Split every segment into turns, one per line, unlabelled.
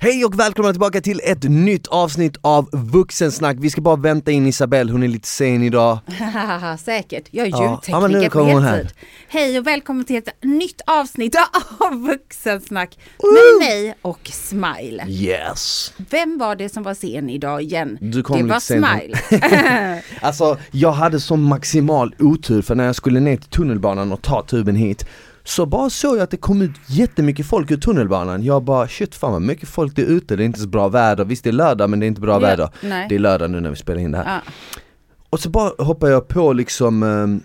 Hej och välkomna tillbaka till ett nytt avsnitt av Vuxensnack. Vi ska bara vänta in Isabelle, hon är lite sen idag.
Hahaha, säkert. Jag är
Ja.
ljudtekniker
Ja, men nu
på
kommer hon
heltid. Hej och välkommen till ett nytt avsnitt av Vuxensnack med mig och Smile.
Yes!
Vem var det som var sen idag igen?
Du kom
det
lite
var
sent.
Smile.
Alltså, jag hade som maximal otur för när jag skulle ner till tunnelbanan och ta tuben hit så bara såg jag att det kom ut jättemycket folk ur tunnelbanan. Jag bara shit fan vad mycket folk det är ute, det är inte så bra väder. Visst det är lördag men det är inte bra
Ja,
väder.
nej.
Det är lördag nu när vi spelar in det här.
ja,
Och så bara hoppar jag på liksom ehm,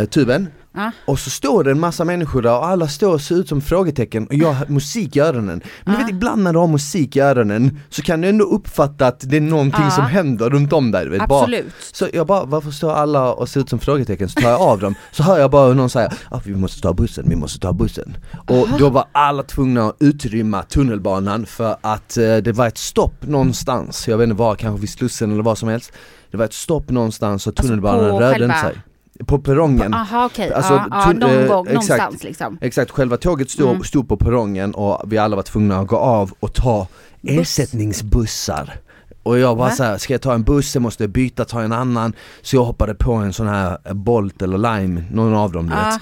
eh, tuben
ja.
Och så står det en massa människor där och alla står och ser ut som frågetecken och jag har musik i öronen. Men du vet ibland när du har musik i öronen så kan du ändå uppfatta att det är någonting
Ja.
som händer runt om där. Du vet, Bara,
Absolut.
så jag bara, varför står alla och ser ut som frågetecken? Så tar jag av dem, så hör jag bara hur någon säger ah, vi måste ta bussen, vi måste ta bussen. Och då var alla tvungna att utrymma tunnelbanan för att eh, det var ett stopp någonstans, jag vet inte var, kanske vid Slussen eller vad som helst. Det var ett stopp någonstans och tunnelbanan
Alltså, på
rörde
själva-
inte sig. På perrongen.
Jaha okej,
Alltså,
ja, ja,
tun-
någon
eh,
gång,
exakt.
någonstans liksom.
Exakt, själva tåget stod,
Mm.
stod på perrongen och vi alla var tvungna att gå av och ta ersättningsbussar. Och jag bara
Va?
såhär, ska jag ta en buss, jag måste byta, ta en annan. Så jag hoppade på en sån här eh, Bolt eller Lime, någon av dem du
Ja.
vet.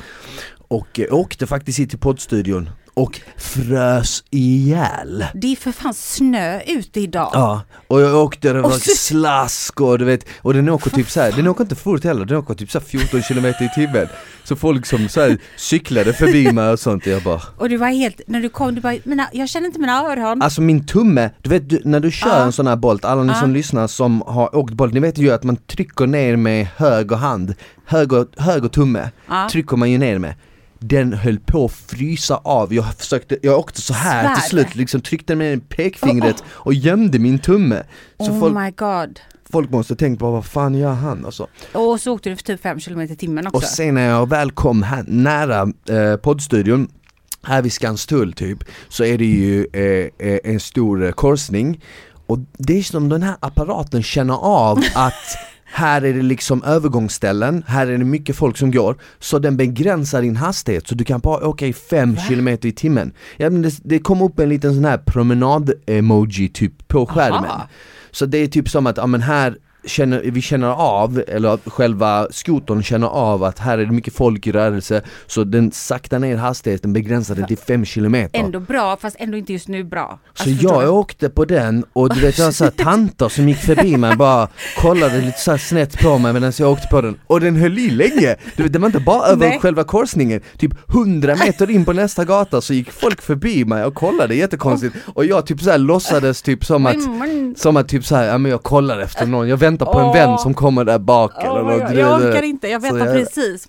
Och eh, åkte faktiskt hit till poddstudion och frös ihjäl.
Det är för fan snö ute idag.
Ja, och jag åkte, det var
Och så-
slask och du vet, och den åker typ så här, den åker inte fort heller, den åker typ så här 14 km i timmen. Så folk som så här cyklade förbi mig och sånt, jag bara
Och du var helt, när du kom, du bara, mina, jag känner inte mina öron.
Alltså min tumme, du vet du, när du kör
Ja.
en sån här Bolt, alla ni
Ja.
som lyssnar som har åkt Bolt, ni vet ju att man trycker ner med höger hand, höger, höger tumme
Ja.
trycker man ju ner med den höll på att frysa av, jag försökte, jag åkte så här till
Svär.
slut, liksom tryckte med pekfingret och gömde min tumme. Så
oh
folk,
my god.
folk måste tänkt på vad fan gör han alltså.
Och så åkte du för typ 5 km i timmen också.
Och sen när jag väl kom här, nära eh, poddstudion här vid Skanstull typ, så är det ju eh, eh, en stor eh, korsning och det är som den här apparaten känner av att här är det liksom övergångsställen, här är det mycket folk som går, så den begränsar din hastighet så du kan bara åka i 5 km i timmen. Ja, men det, det kom upp en liten sån här promenad-emoji typ på skärmen.
Aha.
Så det är typ som att, ja men här känner, vi känner av, eller att själva skotern känner av att här är det mycket folk i rörelse så den saktar ner hastigheten, begränsar den till 5 kilometer.
Ändå bra fast ändå inte just nu bra.
Så
Alltså, förstår du?
jag åkte på den och du vet jag såhär tanter som gick förbi mig bara kollade lite såhär snett på mig medan jag åkte på den och den höll i länge! Du vet det var inte bara över
Nej.
själva korsningen, typ 100 meter in på nästa gata så gick folk förbi mig och kollade jättekonstigt och jag typ såhär låtsades typ som att
Mm, mm.
som att typ såhär, ja men jag kollar efter någon, jag väntar på en vän som kommer där bak eller
Oh my
något,
God,
du
jag
vet, du
orkar
vet.
inte, jag
Så
vet
jag-
precis.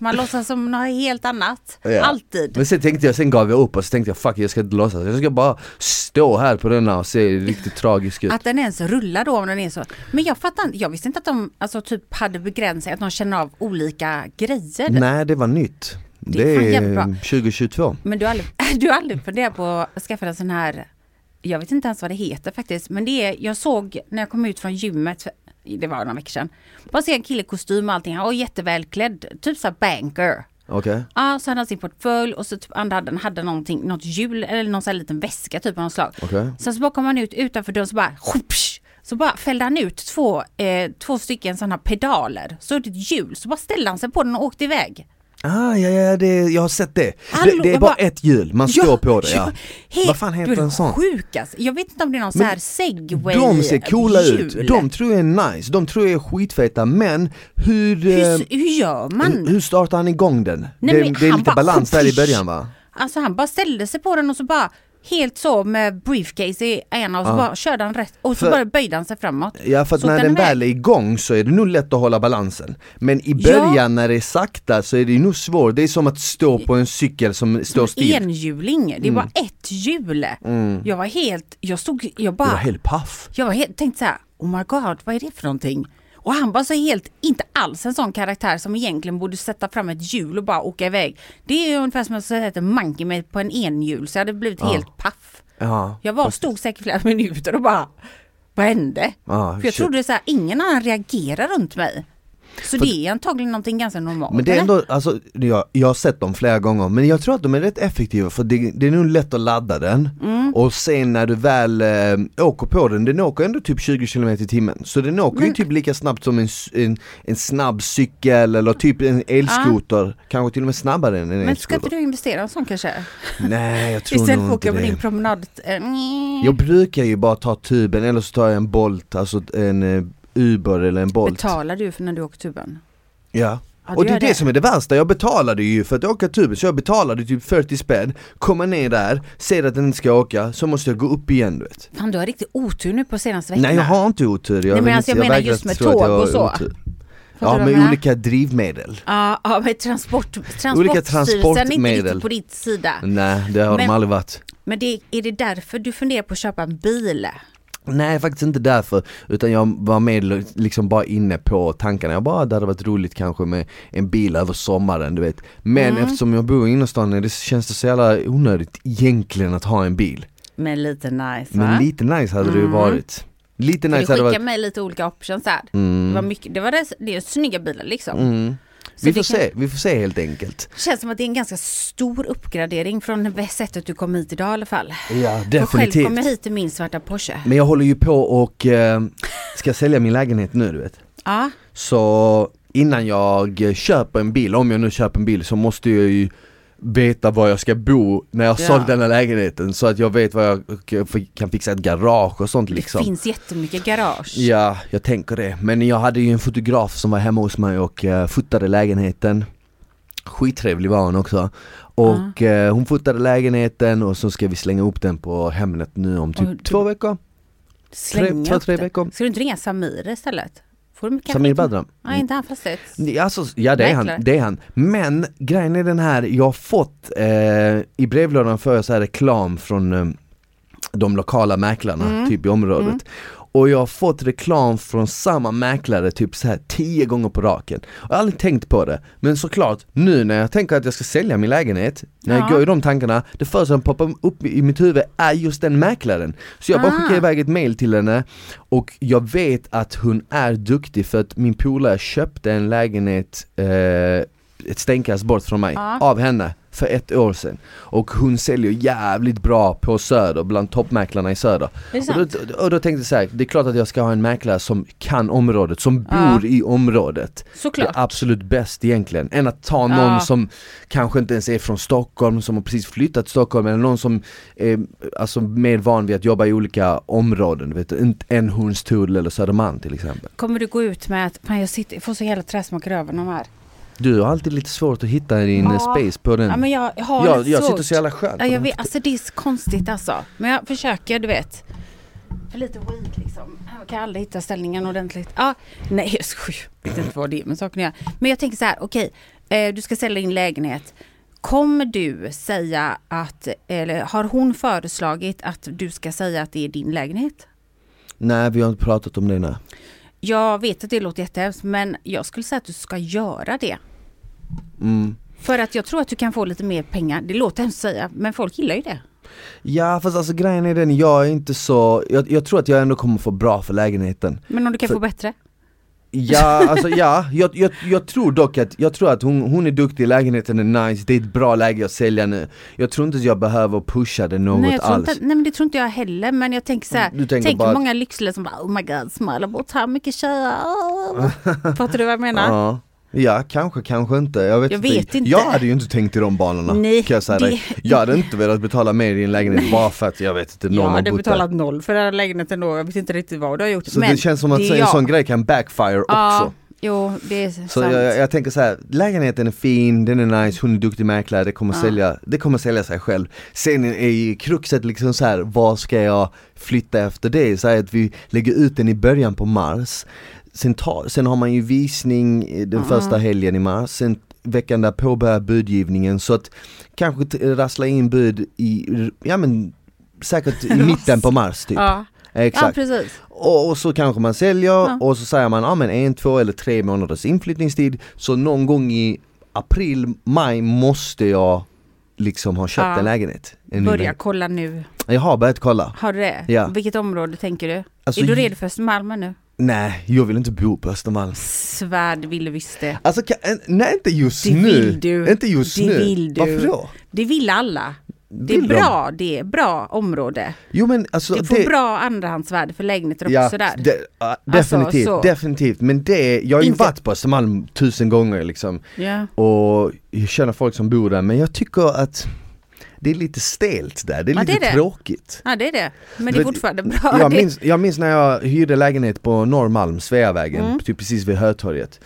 Man låtsas som något helt annat.
Ja.
Alltid.
Men sen tänkte jag, sen gav jag upp och så tänkte jag fuck jag ska inte låtsas, jag ska bara stå här på denna och se riktigt tragisk ut
Att den ens rullar då om den är så. Men jag fattar inte, jag visste inte att de alltså, typ hade begränsningar, att de känner av olika grejer.
Nej det var nytt,
Det är
det
fan
är
jävla bra.
2022
Men du har aldrig, du har aldrig funderat på att skaffa en sån här, jag vet inte ens vad det heter faktiskt, men det är, jag såg när jag kom ut från gymmet, för- det var några veckor sedan, bara se en kille i kostym och allting, han var jättevälklädd, typ såhär banker.
Okej,
Ja, så hade han sin portfölj och så typ andra hade, han hade någonting, något hjul eller någon sån här liten väska typ av något slag.
okej
Sen så bara kom han ut utanför dörren så bara hopsch, så bara fällde han ut två, eh, två stycken sådana pedaler, så ett hjul, så bara ställde han sig på den och åkte iväg.
Ah ja, ja det, jag har sett det!
Hallå,
det, det är
jag
bara
bara-
ett hjul, man står på det ja,
He-
Vad fan heter
du är
en sån?
Sjuk, alltså. Jag vet inte om det är någon sån här segway
De ser coola
hjul.
ut, de tror jag är nice, de tror jag är skitfeta men hur... eh,
hur, hur gör man?
Hur, hur startar han igång den?
Nej,
det,
men
det är
han
lite
bara-
balans där i början va?
Alltså han bara ställde sig på den och så bara helt så med briefcase i ena och så bara körde han rätt och så
För-
bara böjde han sig framåt.
Ja för att
Så
när
den
den
är-
väl är igång så är det nog lätt att hålla balansen Men i
Ja.
början när det är sakta så är det ju nog svårt, det är som att stå på en cykel som står still
Enhjuling,
Mm.
det var ett hjul. Jag var helt, jag stod, jag
Du Mm. var
bara,
helt paff
jag var helt, tänkte så här, oh my god, vad är det för någonting? Och han var så helt, inte alls en sån karaktär som egentligen borde sätta fram ett hjul och bara åka iväg. Det är ju ungefär som att sätta ett monkey med på en enhjul, så jag hade blivit helt paff.
Ja,
Jag var, stod säkert flera minuter och bara, vad hände?
Ja,
För
shit.
jag trodde så här, ingen annan reagerar runt mig. Så det är antagligen någonting ganska normalt.
Men det är
eller?
ändå, alltså, jag, jag har sett dem flera gånger, men jag tror att de är rätt effektiva för det, det är nog lätt att ladda den
Mm.
och sen när du väl eh, åker på den, den åker ändå typ 20 km i timmen. Så den åker ju typ lika snabbt som en, s- en, en snabb cykel eller typ en elskoter, kanske till och med snabbare än en
Men ska
elskoter.
inte du investera i en sån kanske?
Nej jag tror
Istället för
nog
att åka
inte
på
det.
din promenad. eh, nj.
Jag brukar ju bara ta tuben eller så tar jag en Bolt, alltså en eh, Uber eller en Bolt.
Betalar du för när du åker tuben?
Ja.
Ja,
och det
gör
är det som är det värsta, jag betalade ju för att åka tuben så jag betalade typ 40 spänn, komma ner där, säger att den inte ska åka, så måste jag gå upp igen du vet.
Fan du har riktigt otur nu på senaste veckorna.
Nej jag har inte otur, jag,
Nej, men
vill
alltså,
inte-
jag menar
vägrar
just med
tro att jag
tåg och
har
så.
otur.
Fattar
Ja
du vad
med
jag menar?
olika drivmedel.
Ja, ja men transport,
Olika
transportstyrelsen är inte
transportmedel.
riktigt på ditt sida.
Nej det har
Men-
de aldrig varit.
Men det, är det därför du funderar på att köpa en bil?
Nej faktiskt inte därför, utan jag var med liksom bara inne på tankarna, jag bara det hade varit roligt kanske med en bil över sommaren du vet Men
Mm.
eftersom jag bor i innerstan det känns det så jävla onödigt egentligen att ha en bil
Men lite nice va? Mm.
Men lite nice hade det ju varit Lite
För du
nice hade
skickar
det varit
med lite olika options här.
Mm.
Det var mycket, det var det, det är snygga bilar liksom.
mm.
Så
Vi
det
får
kan-
se, vi får se helt enkelt
Känns som att det är en ganska stor uppgradering från det sättet du kom hit idag i alla fall.
Ja
Jag själv kom jag
definitivt
hit i min svarta Porsche.
Men jag håller ju på och eh, ska sälja min lägenhet nu du vet
Ja,
Så innan jag köper en bil, om jag nu köper en bil så måste jag ju veta var jag ska bo när jag
Ja.
sålt den här lägenheten så att jag vet var jag k- kan fixa ett garage och sånt liksom
det finns jättemycket garage.
Ja, jag tänker det. Men jag hade ju en fotograf som var hemma hos mig och eh, fotade lägenheten Skittrevlig var hon också
Ah.
och eh, hon fotade lägenheten och så ska vi slänga upp den på Hemnet nu om typ
Och du-
två veckor, tre,
Slänga
två,
upp
tre
det.
veckor
Ska du inte ringa Samir istället? Får du mycket
Samir Badran
Nej, inte han fastighets...
Ja, Alltså, ja det är,
Nej,
han,
klart.
det är han. Men grejen är den här, jag har fått eh, i brevlådan för så här reklam från eh, de lokala mäklarna typ i området. Och jag har fått reklam från samma mäklare typ så här tio gånger på raken. Jag har aldrig tänkt på det, men såklart nu när jag tänker att jag ska sälja min lägenhet, när jag
Ja.
går i de tankarna, det första som poppar upp i mitt huvud är just den mäklaren. Så jag bara
Ah.
skickar iväg ett mail till henne och jag vet att hon är duktig för att min polare köpte en lägenhet eh, ett stenkast bort från mig,
Ja.
av henne för ett år sedan. Och hon säljer jävligt bra på Söder, bland toppmäklarna i Söder.
Är det
Och
sant?
då, och då tänkte jag så här, det är klart att jag ska ha en mäklare som kan området, som
Ja.
bor i området.
Såklart.
Det är absolut bäst egentligen, än att ta någon
Ja.
som kanske inte ens är från Stockholm, som har precis flyttat till Stockholm, eller någon som är alltså, mer van vid att jobba i olika områden, du vet, en- en Hornstull eller Södermalm till exempel.
Kommer du gå ut med att fan, jag sitter, jag får så jävla träsmak i röven av de här?
Mm. Du har alltid lite svårt att hitta din eh,
Ja.
space på den.
Ja, men jag, jag har
jag,
lite
jag
svårt.
sitter så jävla skönt.
Ja,
på
jag
den.
vet, alltså det är så konstigt alltså. Men jag försöker, du vet. För lite weed liksom. Jag kan aldrig hitta ställningen ordentligt. Ja, nej jag skojar. Jag vet inte vad det är med saken att göra. Men jag tänker så här, okej. eh, du ska sälja din lägenhet. Kommer du säga att, eller har hon föreslagit att du ska säga att det är din lägenhet?
Nej vi har inte pratat om det nu.
Jag vet att det låter jättehemskt men jag skulle säga att du ska göra det.
Mm.
För att jag tror att du kan få lite mer pengar. Det låter hemskt att säga men folk gillar ju det.
Ja fast alltså grejen är den, jag är inte så, jag, jag tror att jag ändå kommer få bra för lägenheten
Men om du kan
För-
få bättre?
Ja, alltså ja, jag, jag, jag tror dock att, jag tror att hon, hon är duktig, lägenheten är nice, det är ett bra läge att sälja nu Jag tror inte att jag behöver pusha det något
Nej, jag tror
alls
inte, nej men det tror inte jag heller men jag tänker så här,
Du tänker
tänk
bara
hur
att-
många lyxliga som bara oh my god smaller bort här mycket tjejer. Åh. Fattar du vad jag menar?
ja. ja, kanske, kanske inte, jag vet,
Jag vet inte.
Jag hade ju inte tänkt i de banorna
Nej,
kan jag säga
det-
dig Jag hade inte velat betala mer i en lägenhet bara för att jag vet inte, någon
jag
har
hade
bott där
betalat noll för den här lägenheten då, jag vet inte riktigt vad du har gjort.
Så det känns som att
är
en
jag.
sån grej kan backfire också
Ja, jo det är sant.
Så jag, jag- jag tänker så här, lägenheten är fin, den är nice, hon är duktig mäklare, det kommer,
Ja.
sälja, det kommer sälja sig själv. Sen är ju kruxet liksom så här, vad ska jag flytta efter det? Så här att vi lägger ut den i början på mars, sen, tar, sen har man ju visning eh, den
Ja.
första helgen i mars, sen veckan därpå börjar budgivningen så att kanske t- rassla in bud i, ja men säkert i mitten på mars typ.
ja. ja
Exakt.
precis.
Och, och så kanske man säljer
Ja.
och så säger man ja men en, två eller tre månaders inflyttningstid Så någon gång i april, maj måste jag liksom ha köpt
Ja.
en lägenhet en ny
Börja
lägenhet.
kolla nu.
Jag har börjat kolla
Har du det?
Ja.
Vilket område tänker du?
Alltså,
är du redo för Östermalm nu?
Nej, jag vill inte bo på Östermalm.
Svärd vill du visst det.
Alltså, kan, en- nej inte just
Det
nu.
vill du.
Inte just
Det
nu.
vill du.
Varför då?
Det vill alla. Det är
Vill de?
bra, det är bra område.
Jo men alltså
Det får bra andrahandsvärde för lägenheter
ja,
också där.
de- ja,
Alltså,
definitivt,
så.
definitivt. Men det, jag har ju
Inte-
varit på Östermalm tusen gånger liksom.
Ja.
Och jag känner folk som bor där, men jag tycker att det är lite stelt där, det är
Ja,
lite
det är det.
tråkigt.
ja, det är det. Men det
Du
är
vet,
fortfarande bra.
Jag
Det-
minns, jag minns när jag hyrde lägenhet på Norrmalm, Sveavägen,
Mm.
typ precis vid Hötorget.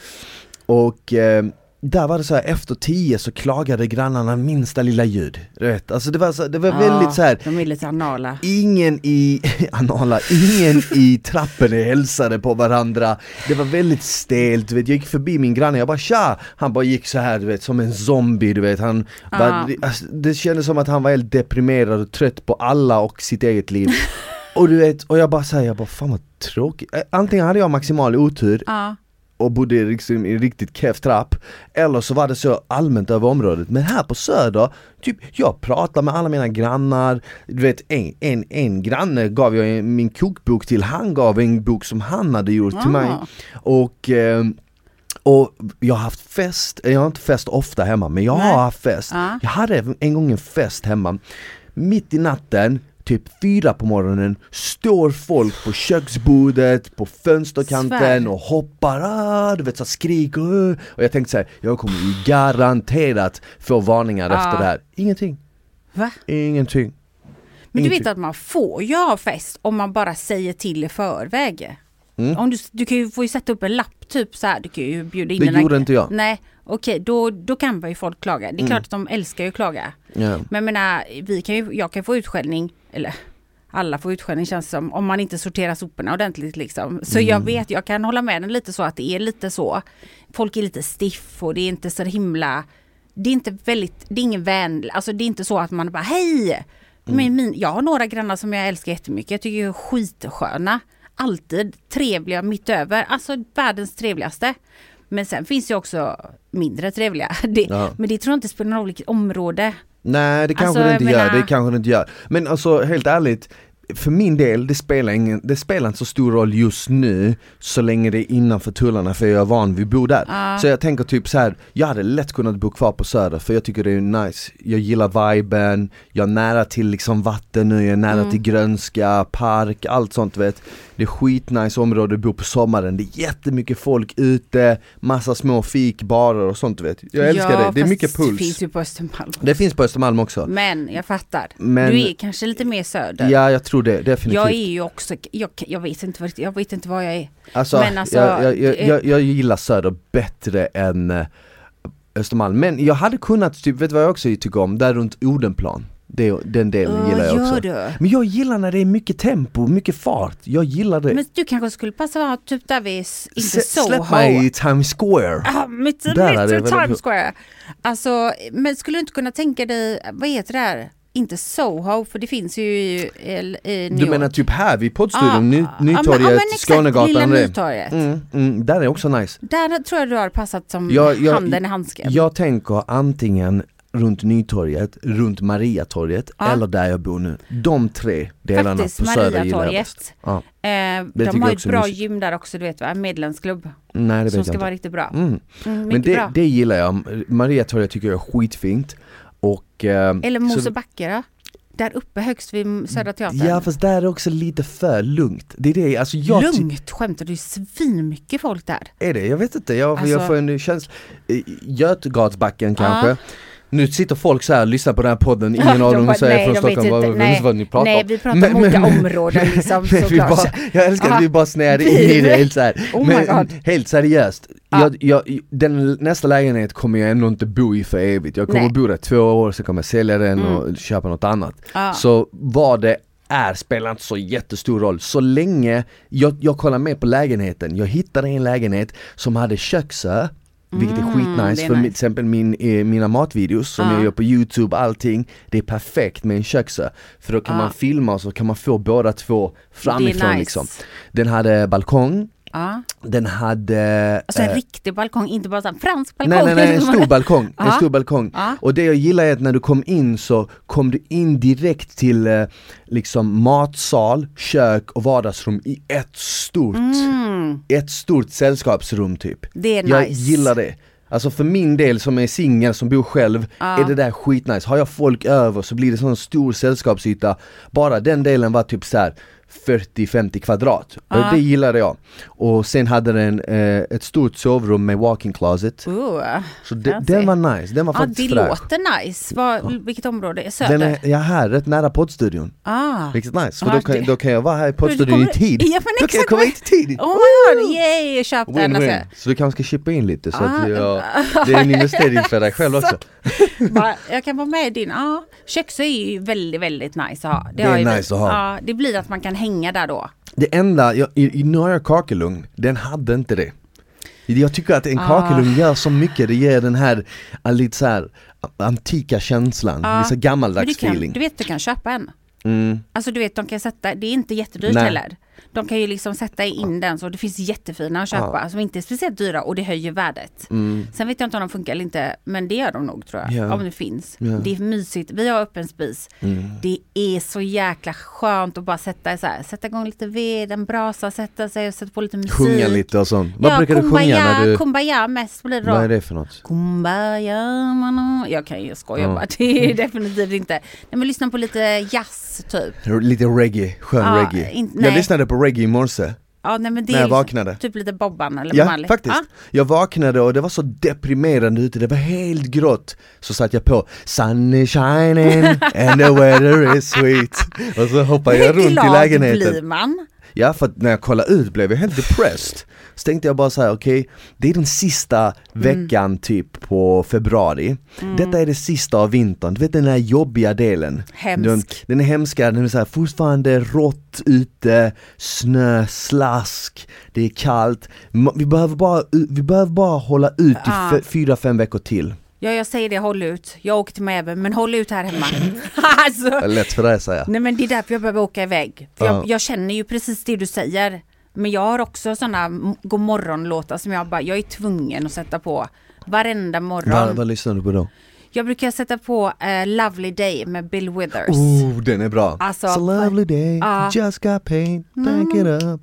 Och eh, där var det så här efter tio så klagade grannarna minsta lilla ljud. Du vet, alltså det var, så, det var
Ja,
väldigt så här
De är lite anala.
Ingen i, anala, ingen i trappen hälsade på varandra Det var väldigt stelt, du vet. jag gick förbi min granne, jag bara tja! Han bara gick så här du vet, som en zombie du vet han
Ah.
var, det- alltså, Det kändes som att han var helt deprimerad och trött på alla och sitt eget liv Och du vet, och jag bara säger, jag bara fan vad tråkigt Eh, Antingen hade jag maximal otur
Ja.
och bodde i liksom i en riktigt keff trapp Eller så var det så allmänt över området Men här på söder, typ jag pratar med alla mina grannar Du vet en, en, en granne gav jag en- min kokbok till, han gav en bok som han hade gjort till mig
Ah.
Och eh, och jag har haft fest, jag har inte fest ofta hemma men jag
Nej. Ah.
har haft fest
Ja.
Jag hade en gång en fest hemma Mitt i natten, typ fyra på morgonen Står folk på köksbordet, på fönsterkanten
Svär.
och hoppar, ah, du vet så här, skriker "Åh!" Och jag tänkte så här, jag kommer ju garanterat få varningar
Ja.
efter det här Ingenting,
Va?
ingenting
Men du
Ingenting.
vet att man får ju ha fest om man bara säger till i förväg.
Mm.
Om du, du kan ju, får ju sätta upp en lapp typ så här, du kan ju bjuda in
Det
en lägenhet.
gjorde inte jag. Mm.
Nej, okej då, då kan man ju folk klaga. Det är klart att de älskar ju att klaga.
Ja.
Men jag menar, vi kan ju, jag kan få utskällning, eller alla får utskällning känns det som, om man inte sorterar soporna ordentligt liksom. Så jag vet, jag kan hålla med den lite så att det är lite så. Folk är lite stiff och det är inte så himla, det är inte väldigt, det är ingen vän, alltså det är inte så att man bara hej! Men min, jag har några grannar som jag älskar jättemycket, jag tycker de är skitsköna. Alltid trevliga mitt över, alltså världens trevligaste. Men sen finns ju också mindre trevliga. Det,
Ja.
Men det tror jag inte spelar någon roll vilket område.
Nej det kanske
Alltså,
det
jag
inte
menar-
gör, det kanske det inte gör Men alltså helt ärligt för min del, det spelar, ingen, det spelar inte så stor roll just nu så länge det är innanför tullarna för jag är van vid att bo där.
Ja.
Så jag tänker typ så här, jag hade lätt kunnat bo kvar på Söder för jag tycker det är nice. Jag gillar viben, jag är nära till liksom vatten nu, jag är
Mm.
nära till grönska, park, allt sånt vet. Det är skitnice område att bo på sommaren, det är jättemycket folk ute, massa små fik, barer och sånt vet. Jag älskar det, det är
fast
mycket puls.
Det finns ju på Östermalm.
Det finns på Östermalm också.
Men jag fattar.
Men-
du är kanske lite mer söder.
Ja jag tror det, definitivt.
jag är ju också, jag, jag, vet inte, vad- jag vet inte vad jag är.
alltså,
men alltså,
jag, jag, jag,
det-
jag, jag gillar Söder bättre än eh, Östermalm, men jag hade kunnat, typ, vet du vad jag också tycker om? Där runt Odenplan, det, den delen
Åh,
gillar jag
gör
också
du?
Men jag gillar när det är mycket tempo, mycket fart, jag gillar det
Men du kanske skulle passa vara typ där vi, s- inte Ah,
Sä-
Soho.
Släpp mig i Times Square!
Ja, mitt
Där hade jag
mitt i
velat bo.
Times Square. Alltså, men skulle du inte kunna tänka dig, vad heter det här? Inte Soho, för det finns ju i, i, i New
Du menar
York.
typ här vid
Ja,
poddstudion, Ny,
ja, Ah, men-
Nytorget,
ja, men exakt, Lilla
Skånegatan det.
Nytorget.
Mm, mm, där är också nice
Där tror jag du har passat som
Jag- jag-
handen i handsken.
Jag tänker antingen runt Nytorget, runt Mariatorget
Ja.
eller där jag bor nu. De tre delarna
Faktiskt,
på Söder gillar jag bäst.
Mariatorget.
Ja.
Eh,
tycker
de
jag
har ett
också är
bra
mysigt.
gym där också, du vet va? Medlemsklubb.
Nej det vet
Som ska
jag inte.
vara riktigt bra.
Mm.
Mm,
Men
mycket
det,
bra.
det gillar jag, Mariatorget tycker jag är skitfint. Och, eh,
Eller
så- Mm.
Mosebacke då? Där uppe högst vid Södra Teatern.
Ja fast där är det också lite för lugnt. Det är det, alltså jag ty-
Lugnt skämtar du, det är svinmycket folk där.
Är det? Jag vet inte, jag, jag
Alltså-
får en känsla eh, Götgatsbacken kanske Nu sitter folk så här och lyssnar på den här podden, ingen
De
av dem
bara,
säger
nej,
från
de vet
Stockholm, vad,
inte.
vad,
Nej.
vad ni pratar om
Nej, vi pratar om olika områden liksom,
men vi
såklart. Ah.
bara, Jag älskar att vi bara snäade in i det helt så här.
Oh my
Men
God. Ah.
helt seriöst,
Ja.
jag, jag, den, nästa lägenhet kommer jag ändå inte bo i för evigt Jag kommer
Nej. Mm.
bo där två år, sen kommer jag sälja den och köpa något annat
Ja.
Så vad det är spelar inte så jättestor roll så länge jag, jag kollar med på lägenheten, jag hittade en lägenhet som hade köksö vilket är
Mm,
skitnice
det är
för
nice. Ah.
till exempel min, eh, mina matvideos som
Ja.
jag gör på youtube, allting Det är perfekt med en köksö För då kan
Ja.
man filma och så kan man få båda två framifrån
Ah. nice.
liksom Den hade balkong
Ja.
Den hade...
Alltså en
eh,
riktig balkong, inte bara så här fransk balkong. Ah.
Nej, nej, nej, en stor balkong. En
Ja.
stor balkong.
Ja.
Och det jag gillar är att när du kom in så kom du in direkt till eh, liksom matsal, kök och vardagsrum i ett stort,
Mm.
ett stort sällskapsrum typ.
Det är
Jag
nice.
gillar det. Alltså för min del som är singel, som bor själv, är det där skitnice. Har jag folk över så blir det sån stor sällskapsyta. Bara den delen var typ så här 40-50 kvadrat. Och det gillade jag. Och sen hade den eh, ett stort sovrum med walk-in closet.
Oh,
Så de,
fancy.
den var nice, den var
Ja, det
faktiskt fräsch.
låter nice. Var, vilket område? Söder?
Den är, jag är här, rätt nära poddstudion.
ah.
Riktigt nice, för
Ja,
då kan,
det-
då kan jag vara här i
Du
poddstudion
kommer-
i tid.
Ja, men
då kan jag
exakt.
komma hit i tid!
Oh my god, yay! Köp den.
Win-win.
Alltså.
Så du kanske ska chippa in lite så
Ah.
att jag, det är en investering för dig själv också.
Bara, jag kan vara med i din. Ja, köksö är ju väldigt, väldigt nice att ha.
Det
har
är
ju vi.
nice att ha.
Ja, det blir att man kan hänga där då.
Det enda, jag, i, i norra Kakelugn, den hade inte det. Jag tycker att en
Ah.
kakelugn gör så mycket, det ger den här äh, lite så här a- antika känslan,
Ja.
lite så
Ah. Men du,
gammaldags
kan,
feeling.
du vet, du kan köpa en.
Mm.
Alltså du vet, de kan sätta, det är inte jättedyrt
Nej.
heller. De kan ju liksom sätta in den så, det finns jättefina att köpa som inte är speciellt dyra och det höjer värdet. Sen vet jag inte om de funkar eller inte, men det gör de nog tror jag.
Mm. Ja.
Om det finns.
Ja. Mm.
Det är mysigt, vi har öppen spis. Det är så jäkla skönt att bara sätta, så här, sätta igång lite ved, en brasa, sätta sig och sätta på lite musik.
Sjunga lite och sånt. Vad brukar du sjunga
kumbaya,
när du,
Kumbaya mest blir det då.
vad är det för något?
Kumbaya mano. Jag kan ju skoja
Ja.
bara, det är definitivt inte. Nej men lyssna på lite jazz typ.
Lite reggae, skön
Ja,
reggae.
Ah, in-
jag
nej.
lyssnade på reggae i morse
Ja, nej, men det
när
är
jag
liksom,
vaknade.
typ lite Bobban eller Ah.
Ja,
Marley.
faktiskt. Jag vaknade och det var så deprimerande ute, det var helt grått. Så satte jag på Sun is shining and the weather is sweet. Och så hoppade jag runt i lägenheten.
blir man?
Ja för att när jag kollade ut blev jag helt depressed. Så tänkte jag bara så här: okej, det är den sista veckan typ på februari. Detta är det sista av vintern, du vet den här jobbiga delen.
Hemsk.
Den, den är hemska, den är så här, fortfarande rått ute, snö, slask, det är kallt. Ma- Vi behöver bara, vi behöver bara hålla ut i
Ja.
f- fyra, fem veckor till.
Ja, jag säger det, håll ut. Jag åker till Mäben, men håll ut här hemma. alltså,
Lätt för dig att säga.
nej men det är därför jag behöver åka iväg. För
Ja.
jag, jag känner ju precis det du säger. Men jag har också sådana godmorgonlåtar som jag bara, jag är tvungen att sätta på varenda morgon.
Vad, vad lyssnar du på då?
Jag brukar sätta på eh, Lovely Day med Bill Withers.
Oh, den är bra!
Alltså, ah.
It's a lovely day,
ja.
just got paid, back it up, my way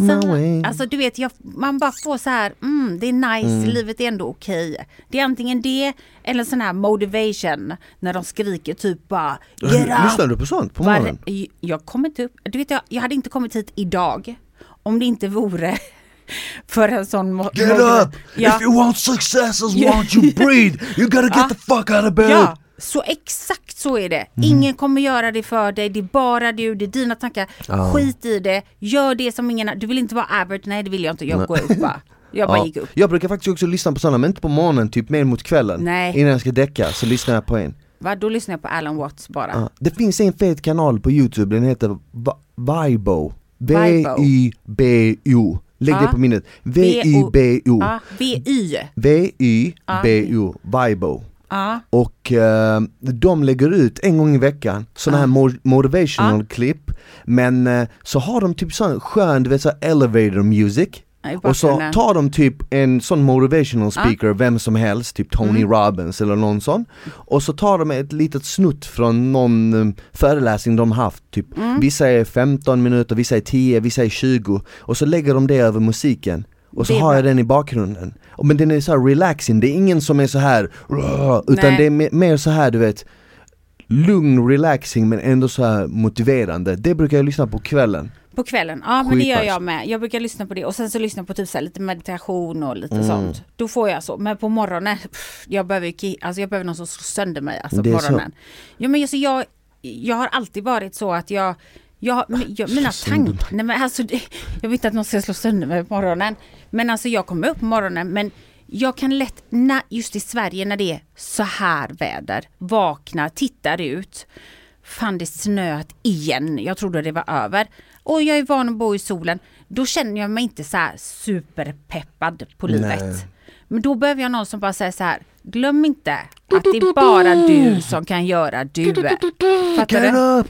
Mm. Alltså du vet, jag, man bara får så här, mm, det är nice, livet är ändå okej. Det är antingen det eller sån här motivation när de skriker typ bara get
Lyssnar
up.
du på sånt på
Var,
morgonen?
jag kom inte upp, du vet jag, jag hade inte kommit hit idag om det inte vore för en sån mo-
Get
motiva-
up!
Ja,
If you want success, as
Ja. Ah.
want you breathe! You gotta get the fuck out of bed!
ja, så exakt så är det. Ingen kommer göra det för dig, det är bara du, det är dina tankar.
Ja.
Skit i det, gör det som ingen Du vill inte vara Albert, nej det vill jag inte, jag går upp bara. Jag bara
Ja.
gick upp.
Jag brukar faktiskt också lyssna på sådana, men inte på morgonen, typ mer mot kvällen
Nej.
Innan jag ska däcka så lyssnar jag på en
Va, då lyssnar jag på Alan Watts bara.
Ja. Det finns en fet kanal på youtube, den heter Va- Vibo
Vibo.
V-Y-B-O Lägg
Ja.
det på minnet, V-Y-B-O
Ja, VY.
V-Y-B-O, Vibo
Ja.
Och eh, de lägger ut en gång i veckan sådana här mo- motivational klipp Men eh, så har de typ sån skön, du vet så här elevator music
Ja, i
Och så
bakgrunden.
tar de typ en sån motivational speaker, vem som helst, typ Tony
Mm.
Robbins eller någon sån Och så tar de ett litet snutt från någon eh, föreläsning de haft, typ
Mm.
vissa är 15 minuter, vissa är 10, vissa är 20 Och så lägger de det över musiken och så
Det är
har
bra.
jag den i bakgrunden. Och Men den är så här relaxing, det är ingen som är så här "Rrr", utan
Nej.
det är me- mer så här du vet Lugn, relaxing men ändå så här motiverande. Det brukar jag lyssna på kvällen.
På kvällen, ja men det gör
Skitnice.
jag med. Jag brukar lyssna på det och sen så lyssna på typ så här lite meditation och lite
Mm.
sånt. Då får jag så. Men på morgonen, pff, jag behöver, ju ki- alltså jag behöver någon som slår sönder mig alltså på
Det är så.
morgonen. Jo men alltså jag, jag har alltid varit så att jag, jag, men jag mina
Slå sönder
tankar, nej men alltså det- jag vill inte att någon ska slå sönder mig på morgonen. Men alltså jag kommer upp på morgonen men jag kan lätt, när, just i Sverige när det är så här väder, vaknar, tittar ut. Fan det snöat igen, jag trodde det var över. Och jag är van att bo i solen. Då känner jag mig inte så här superpeppad på livet. Men då behöver jag någon som bara säger så här, glöm inte att det är bara du som kan göra du. Fattar du?
Carro!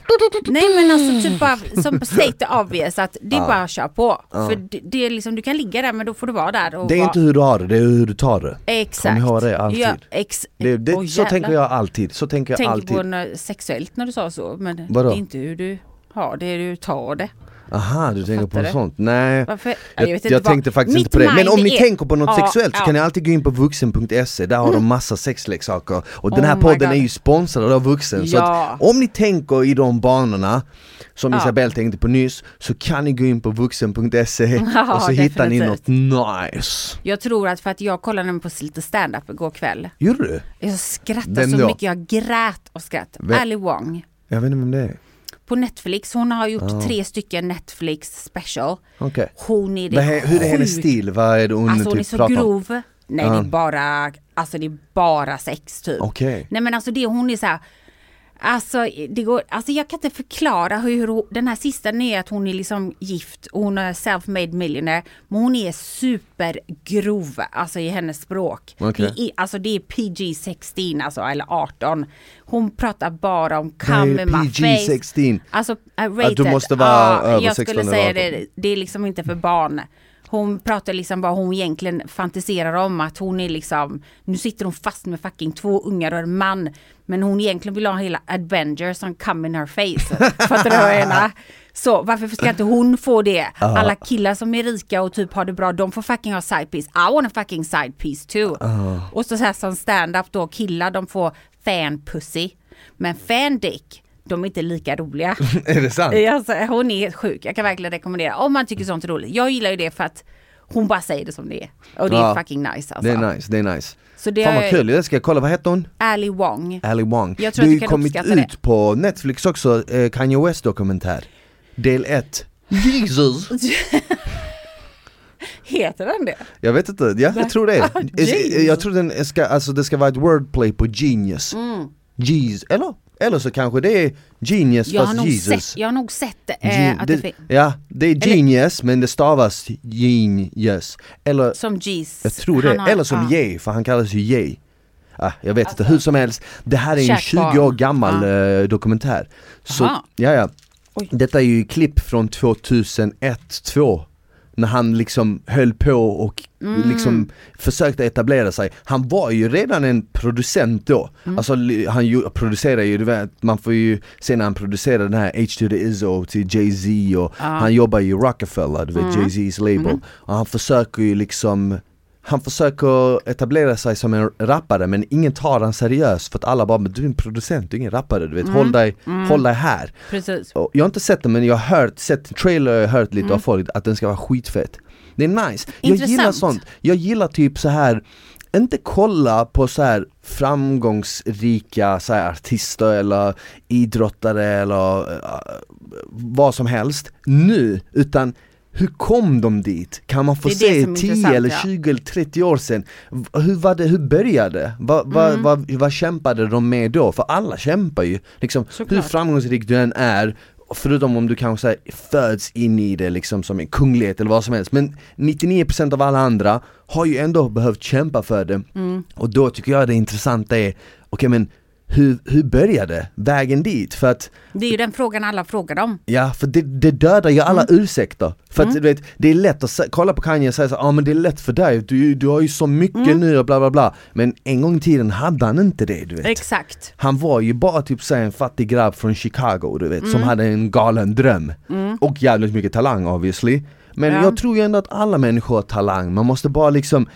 Nej men alltså typ av, som state obvious att det är bara att köra på. För det, det är liksom, du kan ligga där men då får du vara där och
Det är
vara,
inte hur du har det, det är hur du tar det.
Exakt.
Kom ihåg det alltid.
Ja, ex,
det, det
Åh,
så tänker
jävlar.
jag alltid, så tänker jag
Tänker
alltid.
på när, sexuellt när du sa så men
Vadå?
det är inte hur du har det, hur du tar det.
Aha, du tänker på
Fattar du?
sånt. Nej.
Varför?
Jag,
vet
jag,
inte vad-
tänkte faktiskt
Mitt
inte på det. Men om
mind
ni
är-
tänker på något
Ja,
sexuellt så
ja. Mm.
kan ni alltid gå in på vuxen.se, där har de massa sexleksaker. Och den
Oh
här
my
podden
God.
är ju sponsrad av vuxen. Så
Ja.
att om ni tänker i de banorna som
Ja.
Isabelle tänkte på nyss, så kan ni gå in på vuxen.se
Ja,
och så hittar ni något
definitivt.
nice.
Jag tror att för att jag kollade nämligen på lite stand-up igår kväll.
Gjorde du?
Jag skrattade
Vem
så
då?
mycket, jag grät och skratt.
Vem?
Ali Wong
Jag vet inte vem det är.
på Netflix, hon har gjort tre stycken Netflix special.
Okej.
Hon är det
Vad he- Hur är hennes
sjukt-
stil? Vad är det hon
Alltså hon är
typ
så
pratar om?
grov. Nej det är bara, alltså det är bara sex typ.
Okej.
Nej men alltså det hon är så här. Alltså, det går, alltså jag kan inte förklara hur, hon- den här sista nu är att hon är liksom gift och hon är self-made millionaire. Men hon är supergrov, alltså i hennes språk.
Okej.
Det är, alltså det är PG-16 alltså, eller 18. Hon pratar bara om
Vad
come
är
in my face.
PG-16?
Alltså uh, rated.
Att du måste vara
Ja,
över
Jag
16
skulle
eller
säga
18.
det, det är liksom inte för barn. Hon pratar liksom vad hon egentligen fantiserar om att hon är liksom, nu sitter hon fast med fucking två ungar och en man. Men hon egentligen vill ha hela adventure som come in her face. Fattar du vad jag menar? Så varför ska inte hon få det? Alla killar som är rika och typ har det bra, de får fucking ha side piece. I want a fucking side piece too. Och så, så här som stand-up då, killar de får fan pussy. Men fan dick, de är inte lika roliga.
Är det sant?
Ja, Alltså, hon är sjuk, jag kan verkligen rekommendera. Om man tycker sånt är roligt. Jag gillar ju det för att hon bara säger det som det är. Och det
Ja.
är fucking nice alltså.
Det är nice, det är nice.
Så det
Fan vad
är-
kul, det ska jag kolla, vad heter hon?
Ali Wong.
Ali Wong.
Jag
det
tror
har
att
ju
du kan
kommit ut
uppskatta det.
på Netflix också, eh, Kanye West dokumentär. Del 1. Jesus!
Heter den det?
Jag vet inte, ja, jag tror det.
Ah, Jesus.
Jag tror den ska, alltså det ska vara ett wordplay på genius.
Mm.
Jesus, eller? Eller så kanske det är genius
Jag har,
fast
nog
Jesus.
sett, jag har nog sett
Gen-
eh, att det,
det,
fin-
ja, det är genius men det stavas genius. Eller
som Jesus.
Jag tror det,
Han har-
eller som
ja.
Ye, för han kallas ju Ye Ah, jag vet inte, hur som helst, det här är en
Kärt
20
barn.
år gammal
Ja.
eh, dokumentär. Så,
Aha.
ja, ja.
Oj.
Detta är ju klipp från 2001, 2 när han liksom höll på och liksom försökte etablera sig. Han var ju redan en producent då. Alltså li- han ju, producerar ju, du vet, man får ju se när han producerar den här H to the Izzo till Jay-Z och han jobbar ju i Rockefeller, du vet Jay-Z's label. Och han försöker ju liksom han försöker etablera sig som en rappare men ingen tar han seriöst för att alla bara men du är en producent, du är ingen rappare du vet, håll, dig, håll dig här
Precis.
och jag har inte sett den men jag har hört, sett en trailer och jag har hört lite av folk att den ska vara skitfett Det är nice, jag gillar
Mm. Intressant.
sånt, jag gillar typ så här inte kolla på så här framgångsrika så här, artister eller idrottare eller eh, vad som helst nu utan hur kom de dit? Kan man få
Det är det
se
som är
10
intressant,
eller
ja.
20 eller 30 år sedan? V- Hur var det, hur började? Vad vad- vad- vad kämpade de med då? För alla kämpar ju, liksom, hur
Såklart.
framgångsrik du än är Förutom om du kanske så här, föds in i det liksom som en kunglighet eller vad som helst Men 99% av alla andra har ju ändå behövt kämpa för det Och då tycker jag det intressanta är Okej men hur, hur började vägen dit? För att
Det är ju den frågan alla frågar om.
Ja, för det, det dödar ju alla
Mm.
ursäkter. För att du vet, det är lätt att sä- kolla på Kanye och säga så ja ah, men det är lätt för dig, du, du har ju så mycket
Mm.
nu och bla bla bla. Men en gång i tiden hade han inte det du vet.
Exakt.
han var ju bara typ så här en fattig grabb från Chicago du vet,
Mm.
som hade en galen dröm. Och jävligt mycket talang obviously. Men
Ja.
jag tror ju ändå att alla människor har talang, man måste bara liksom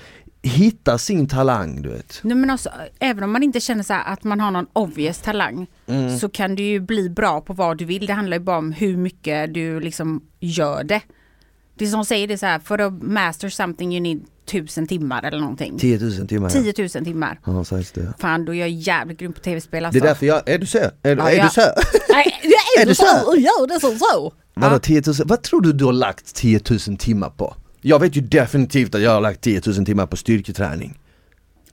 hitta sin talang du vet.
Nej, men också, även om man inte känner så här att man har någon obvious talang
Mm.
så kan du ju bli bra på vad du vill. Det handlar ju bara om hur mycket du liksom gör det. Det är som säger det så här, för att master something you need tusen timmar eller någonting.
10 000 timmar.
10 000 timmar.
Ja, sägs det.
Fan, då är jag jävligt grym på tv-spel
Det
alltså.
är därför jag, är du så? Är,
Ja,
är du
ja.
så?
Nej, jag
Är
är
du
du
så?
så? Gör det som så.
Vadå 10 000? Vad tror du du har lagt 10 000 timmar på? Jag vet ju definitivt att jag har lagt 10 000 timmar på styrketräning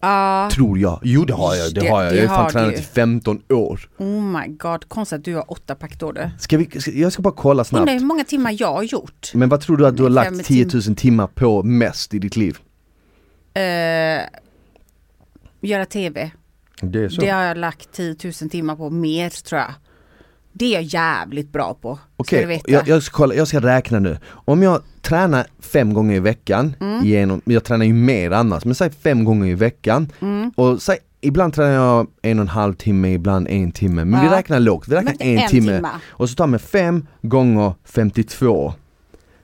Ja,
Tror jag, jo det har jag, det,
Det-
har jag,
det
jag har fan
har
tränat
du.
i 15 år
oh my god, konstigt att du har åtta pack då du.
ska vi, ska, Jag ska bara kolla
Undrar
snabbt
hur många timmar jag har gjort.
Men vad tror du att du har
Fem
lagt 10 000 timmar på mest i ditt liv?
eh, göra tv.
Det är så?
Det har jag lagt 10 000 timmar på, mer tror jag. Det är jag jävligt bra på.
Okej,
ska du veta.
jag, jag, ska kolla, jag ska räkna nu. Om jag tränar fem gånger i veckan,
Mm.
genom, jag tränar ju mer annars, men säg fem gånger i veckan.
Mm.
Och säg, ibland tränar jag en och en halv timme, ibland en timme. Men vi
Ja.
räknar lågt, vi räknar
Men
en, timme. Och så tar man fem gånger 52.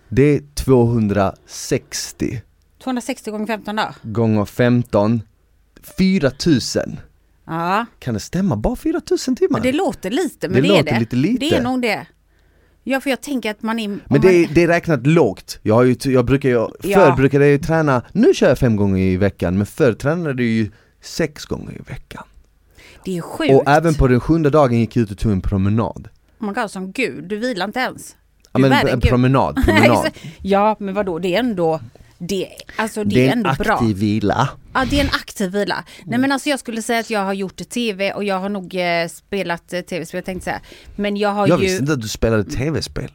Det är 260
260 gånger 15 dagar.
gånger 15, 4000.
Ja,
Kan det stämma? Bara 4000 timmar?
men det låter lite men
Det
det,
låter
är det.
lite lite.
Det är nog det. Ja för jag tänker att man är... om
Men det, är-
man,
det är räknat lågt, jag, har ju, jag brukar ju,
Ja.
förr brukade jag ju träna, nu kör jag fem gånger i veckan men förr tränade jag ju sex gånger i veckan.
det är sjukt.
Och även på den sjunde dagen gick jag ut och tog en promenad.
Oh my God, som gud, du vilar inte ens.
Ja
Du
men
är värre än
en
Gud.
promenad, promenad.
ja men vadå, det är ändå... Det, alltså det,
Det
är
är en
ändå bra.
aktiv vila.
Ja det är en aktiv vila. Nej men alltså jag skulle säga att jag har gjort tv och jag har nog eh, spelat eh, tv-spel, jag tänkte säga. Men jag har
Jag
ju...
visste inte att du spelade tv-spel.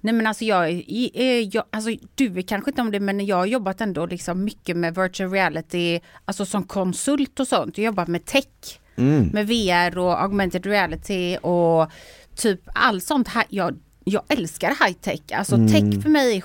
Nej men alltså jag, är- i- är- jag alltså du vet kanske inte om det men jag har jobbat ändå liksom mycket med virtual reality, alltså som konsult och sånt. Jag har jobbat med tech,
Mm.
med VR och augmented reality och typ allt sånt. här. Jag, jag älskar high tech, alltså
Mm.
tech för mig är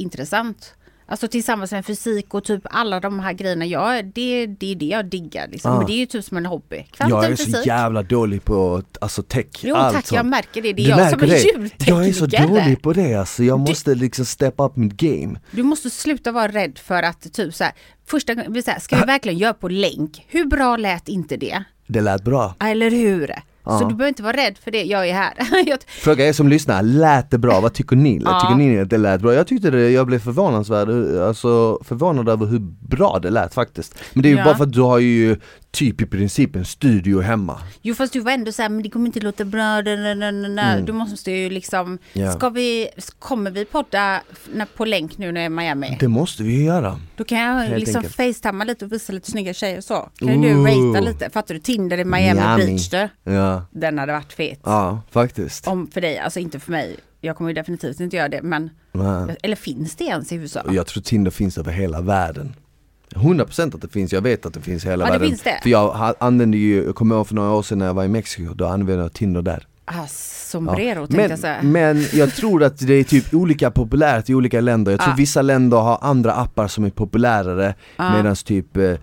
skitintressant. Alltså tillsammans med fysik och typ alla de här grejerna, jag, det, det är det jag diggar liksom.
Ah.
Men det är ju typ som en hobby.
Jag är
Kvantumfysik.
så jävla dålig på alltså tech,
Jo
allt
tack,
sånt.
jag märker det. Det är
Du
jag
märker
som är
det?
ljudtekniker.
Jag är så dålig på det alltså, jag måste liksom steppa upp mitt game.
Du måste sluta vara rädd för att typ så här, första gången, vi säger, ska vi verkligen göra på länk? Hur bra lät inte det?
Det lät bra.
Ja, Eller hur?
Ja.
Så du behöver inte vara rädd för det, jag är här. Jag-
Fråga er som lyssnar, lät det bra? Vad tycker ni?
Ja.
Tycker ni att det lät bra? Jag tyckte det, jag blev förvånansvärd, alltså förvånad över hur bra det lät faktiskt Men det är ju
Ja.
bara för att du har ju typ i princip en studio hemma
jo fast du var ändå så här, men det kommer inte låta bra, da, da, da, da, da. du måste ju liksom,
Mm. Ja.
ska vi, kommer vi podda f- när- på länk nu när jag är i Miami?
Det måste vi ju göra
Då kan jag
Helt
liksom
enkelt.
facetamma lite och visa lite snygga tjejer och så. Kan ju
Ooh.
du ratea lite, fattar du? Tinder i Miami,
Miami.
Beach du.
Ja,
Den hade varit fet.
ja faktiskt
Om för dig, alltså inte för mig. Jag kommer ju definitivt inte göra det men
Men
Eller finns det ens i USA?
Jag tror Tinder finns över hela världen 100% att det finns, jag vet att det finns i hela
Ja, det
världen
finns det.
För jag ha- använde ju, jag kommer ihåg för några år sedan när jag var i Mexiko, då använde jag Tinder där
Ah,
Ja.
sombrero tänkte
men,
jag säga.
men jag tror att det är typ olika populärt i olika länder. Jag tror
Ja.
vissa länder har andra appar som är populärare
Ja.
medan typ eh,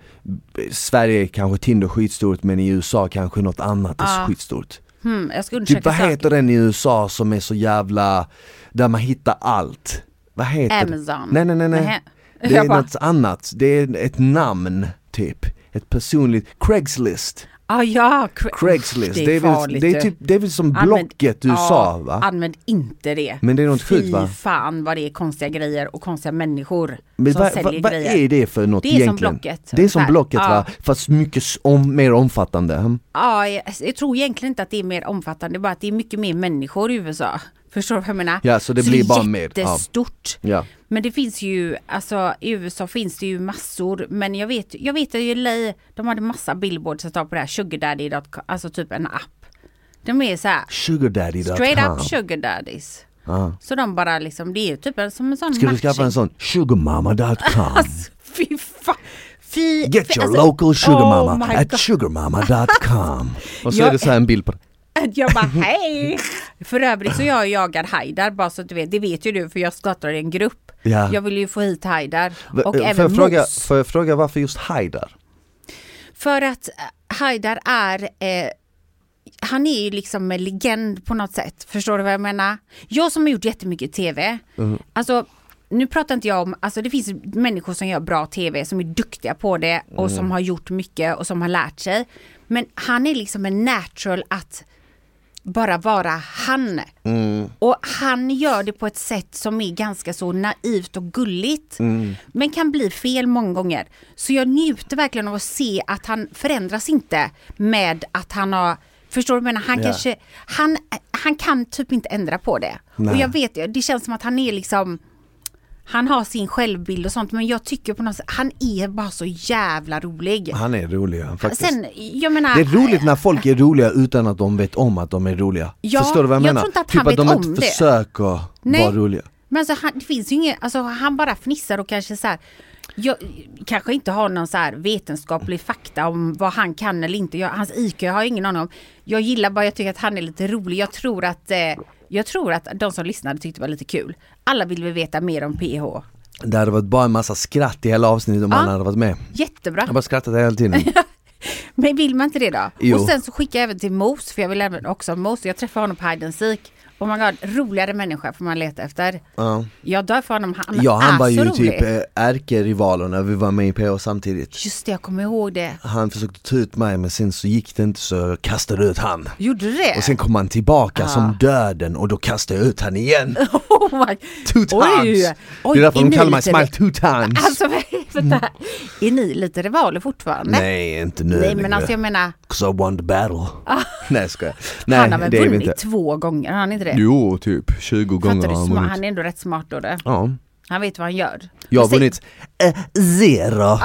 Sverige är kanske Tinder skitstort men i USA kanske något annat är
Ja.
skitstort.
Hmm, jag ska
Typ
undersöka
vad
saken.
heter den i USA som är så jävla, där man hittar allt? Vad heter det?
Amazon.
Nej nej nej nej.
Nähä.
Det är
jag bara,
något annat, det är ett namn typ. Ett personligt, Craigslist,
ah, ja, Cra-
Craigslist,
Det är
det är, väl,
farligt,
det, är
du.
typ, det är väl som
Använd-
Blocket i USA
ja,
va?
Använd inte det.
Men det är något sjukt
Fy
va?
fan vad det är konstiga grejer och konstiga människor
Men
som
vad
säljer
vad- vad
grejer.
är det för något
Det är som
egentligen?
Blocket,
Det är som
ungefär.
Blocket va?
Ja.
Fast mycket s- om, mer omfattande. Mm.
Ja, jag, jag tror egentligen inte att det är mer omfattande, det är bara att det är mycket mer människor i USA. Förstår du vad jag menar?
Ja, så det blir bara mer, ja.
Det är jättestort.
Ja.
Men det finns ju, alltså i USA finns det ju massor, men jag vet, jag vet ju LA, de hade massa billboards att ta på det här, sugardaddy.com, alltså typ en app. De är så här,
Sugardaddy.com.
straight up sugardaddies.
Ja.
Så de bara liksom, det är ju typ en, som en sån
Ska du
matching.
skaffa en sån? Sugarmama.com.
Fy fan! Fy,
Get
fy-
your
alltså,
local sugarmama
oh my
at
God.
sugarmama.com. Och så
Jag-
är det så här en bild på det.
Att jag bara hej! För övrigt så jag jagar hajdar bara så att du vet, det vet ju du för jag startade en grupp.
Ja.
Jag vill ju få hit hajdar
V-
och
eh, får,
även
jag fråga,
mos.
får jag fråga varför just hajdar?
För att eh, hajdar är, eh, han är ju liksom en legend på något sätt. Förstår du vad jag menar? Jag som har gjort jättemycket tv, alltså nu pratar inte jag om, alltså det finns människor som gör bra tv, som är duktiga på det och som har gjort mycket och som har lärt sig. Men han är liksom en natural att bara vara han.
Mm.
Och han gör det på ett sätt som är ganska så naivt och gulligt.
Mm.
Men kan bli fel många gånger. Så jag njuter verkligen av att se att han förändras inte med att han har Förstår du vad jag menar? Han,
Ja.
kanske, han, han kan typ inte ändra på det.
Nej.
Och jag vet, det känns som att han är liksom Han har sin självbild och sånt men jag tycker på något sätt, han är bara så jävla rolig.
Han är rolig ja, faktiskt.
Sen, jag menar
det är roligt när folk är roliga utan att de vet om att de är roliga.
Ja,
Förstår du vad jag,
jag
menar?
tror inte att
typ
han
att
vet
de
om
inte
det.
försöker
Nej.
vara roliga.
Men alltså han, det finns ju inget, alltså han bara fnissar och kanske så här jag kanske inte har någon så här vetenskaplig fakta om vad han kan eller inte. Jag, hans IQ har jag ingen aning om. Jag gillar bara, jag tycker att han är lite rolig. Jag tror att, eh, jag tror att de som lyssnade tyckte det var lite kul. Alla vill vi veta mer om PH.
Det hade varit bara en massa skratt i hela avsnittet om
Ja.
han hade varit med.
Jättebra.
Jag bara skrattat hela tiden.
Men vill man inte det då?
Jo.
Och sen så skickar jag även till Mos, för jag vill även också ha Mos. Jag träffade honom på Hide and Seek. Oh my god, roligare människa får man leta efter.
Ja.
Jag dör för honom, han,
Ja han
är
var
så
ju
rolig.
typ eh, ärkerivalerna, vi var med i PH samtidigt.
Just det, jag kommer ihåg det.
Han försökte ta ut mig men sen så gick det inte så jag kastade ut han.
Gjorde du det?
Och sen kom han tillbaka
Ja.
som döden och då kastade jag ut han igen.
oh my...
Two times!
Oj. Oj,
det är därför de
ni
kallar mig
lite-
Smile two times.
Alltså, vänta. Är ni lite rivaler fortfarande?
Nej inte nu
Nej, men
längre.
alltså jag menar,
'Cause I won the battle. Nej jag skojar. Nej
han har väl
det är vi
vunnit
inte.
två gånger, har han inte det?
Jo typ 20 gånger
Fattar du,
han
sma-
vunnit.
han är ändå rätt smart då det.
Ja.
Han vet vad han gör.
Jag har
Men sen-
vunnit eh, zero.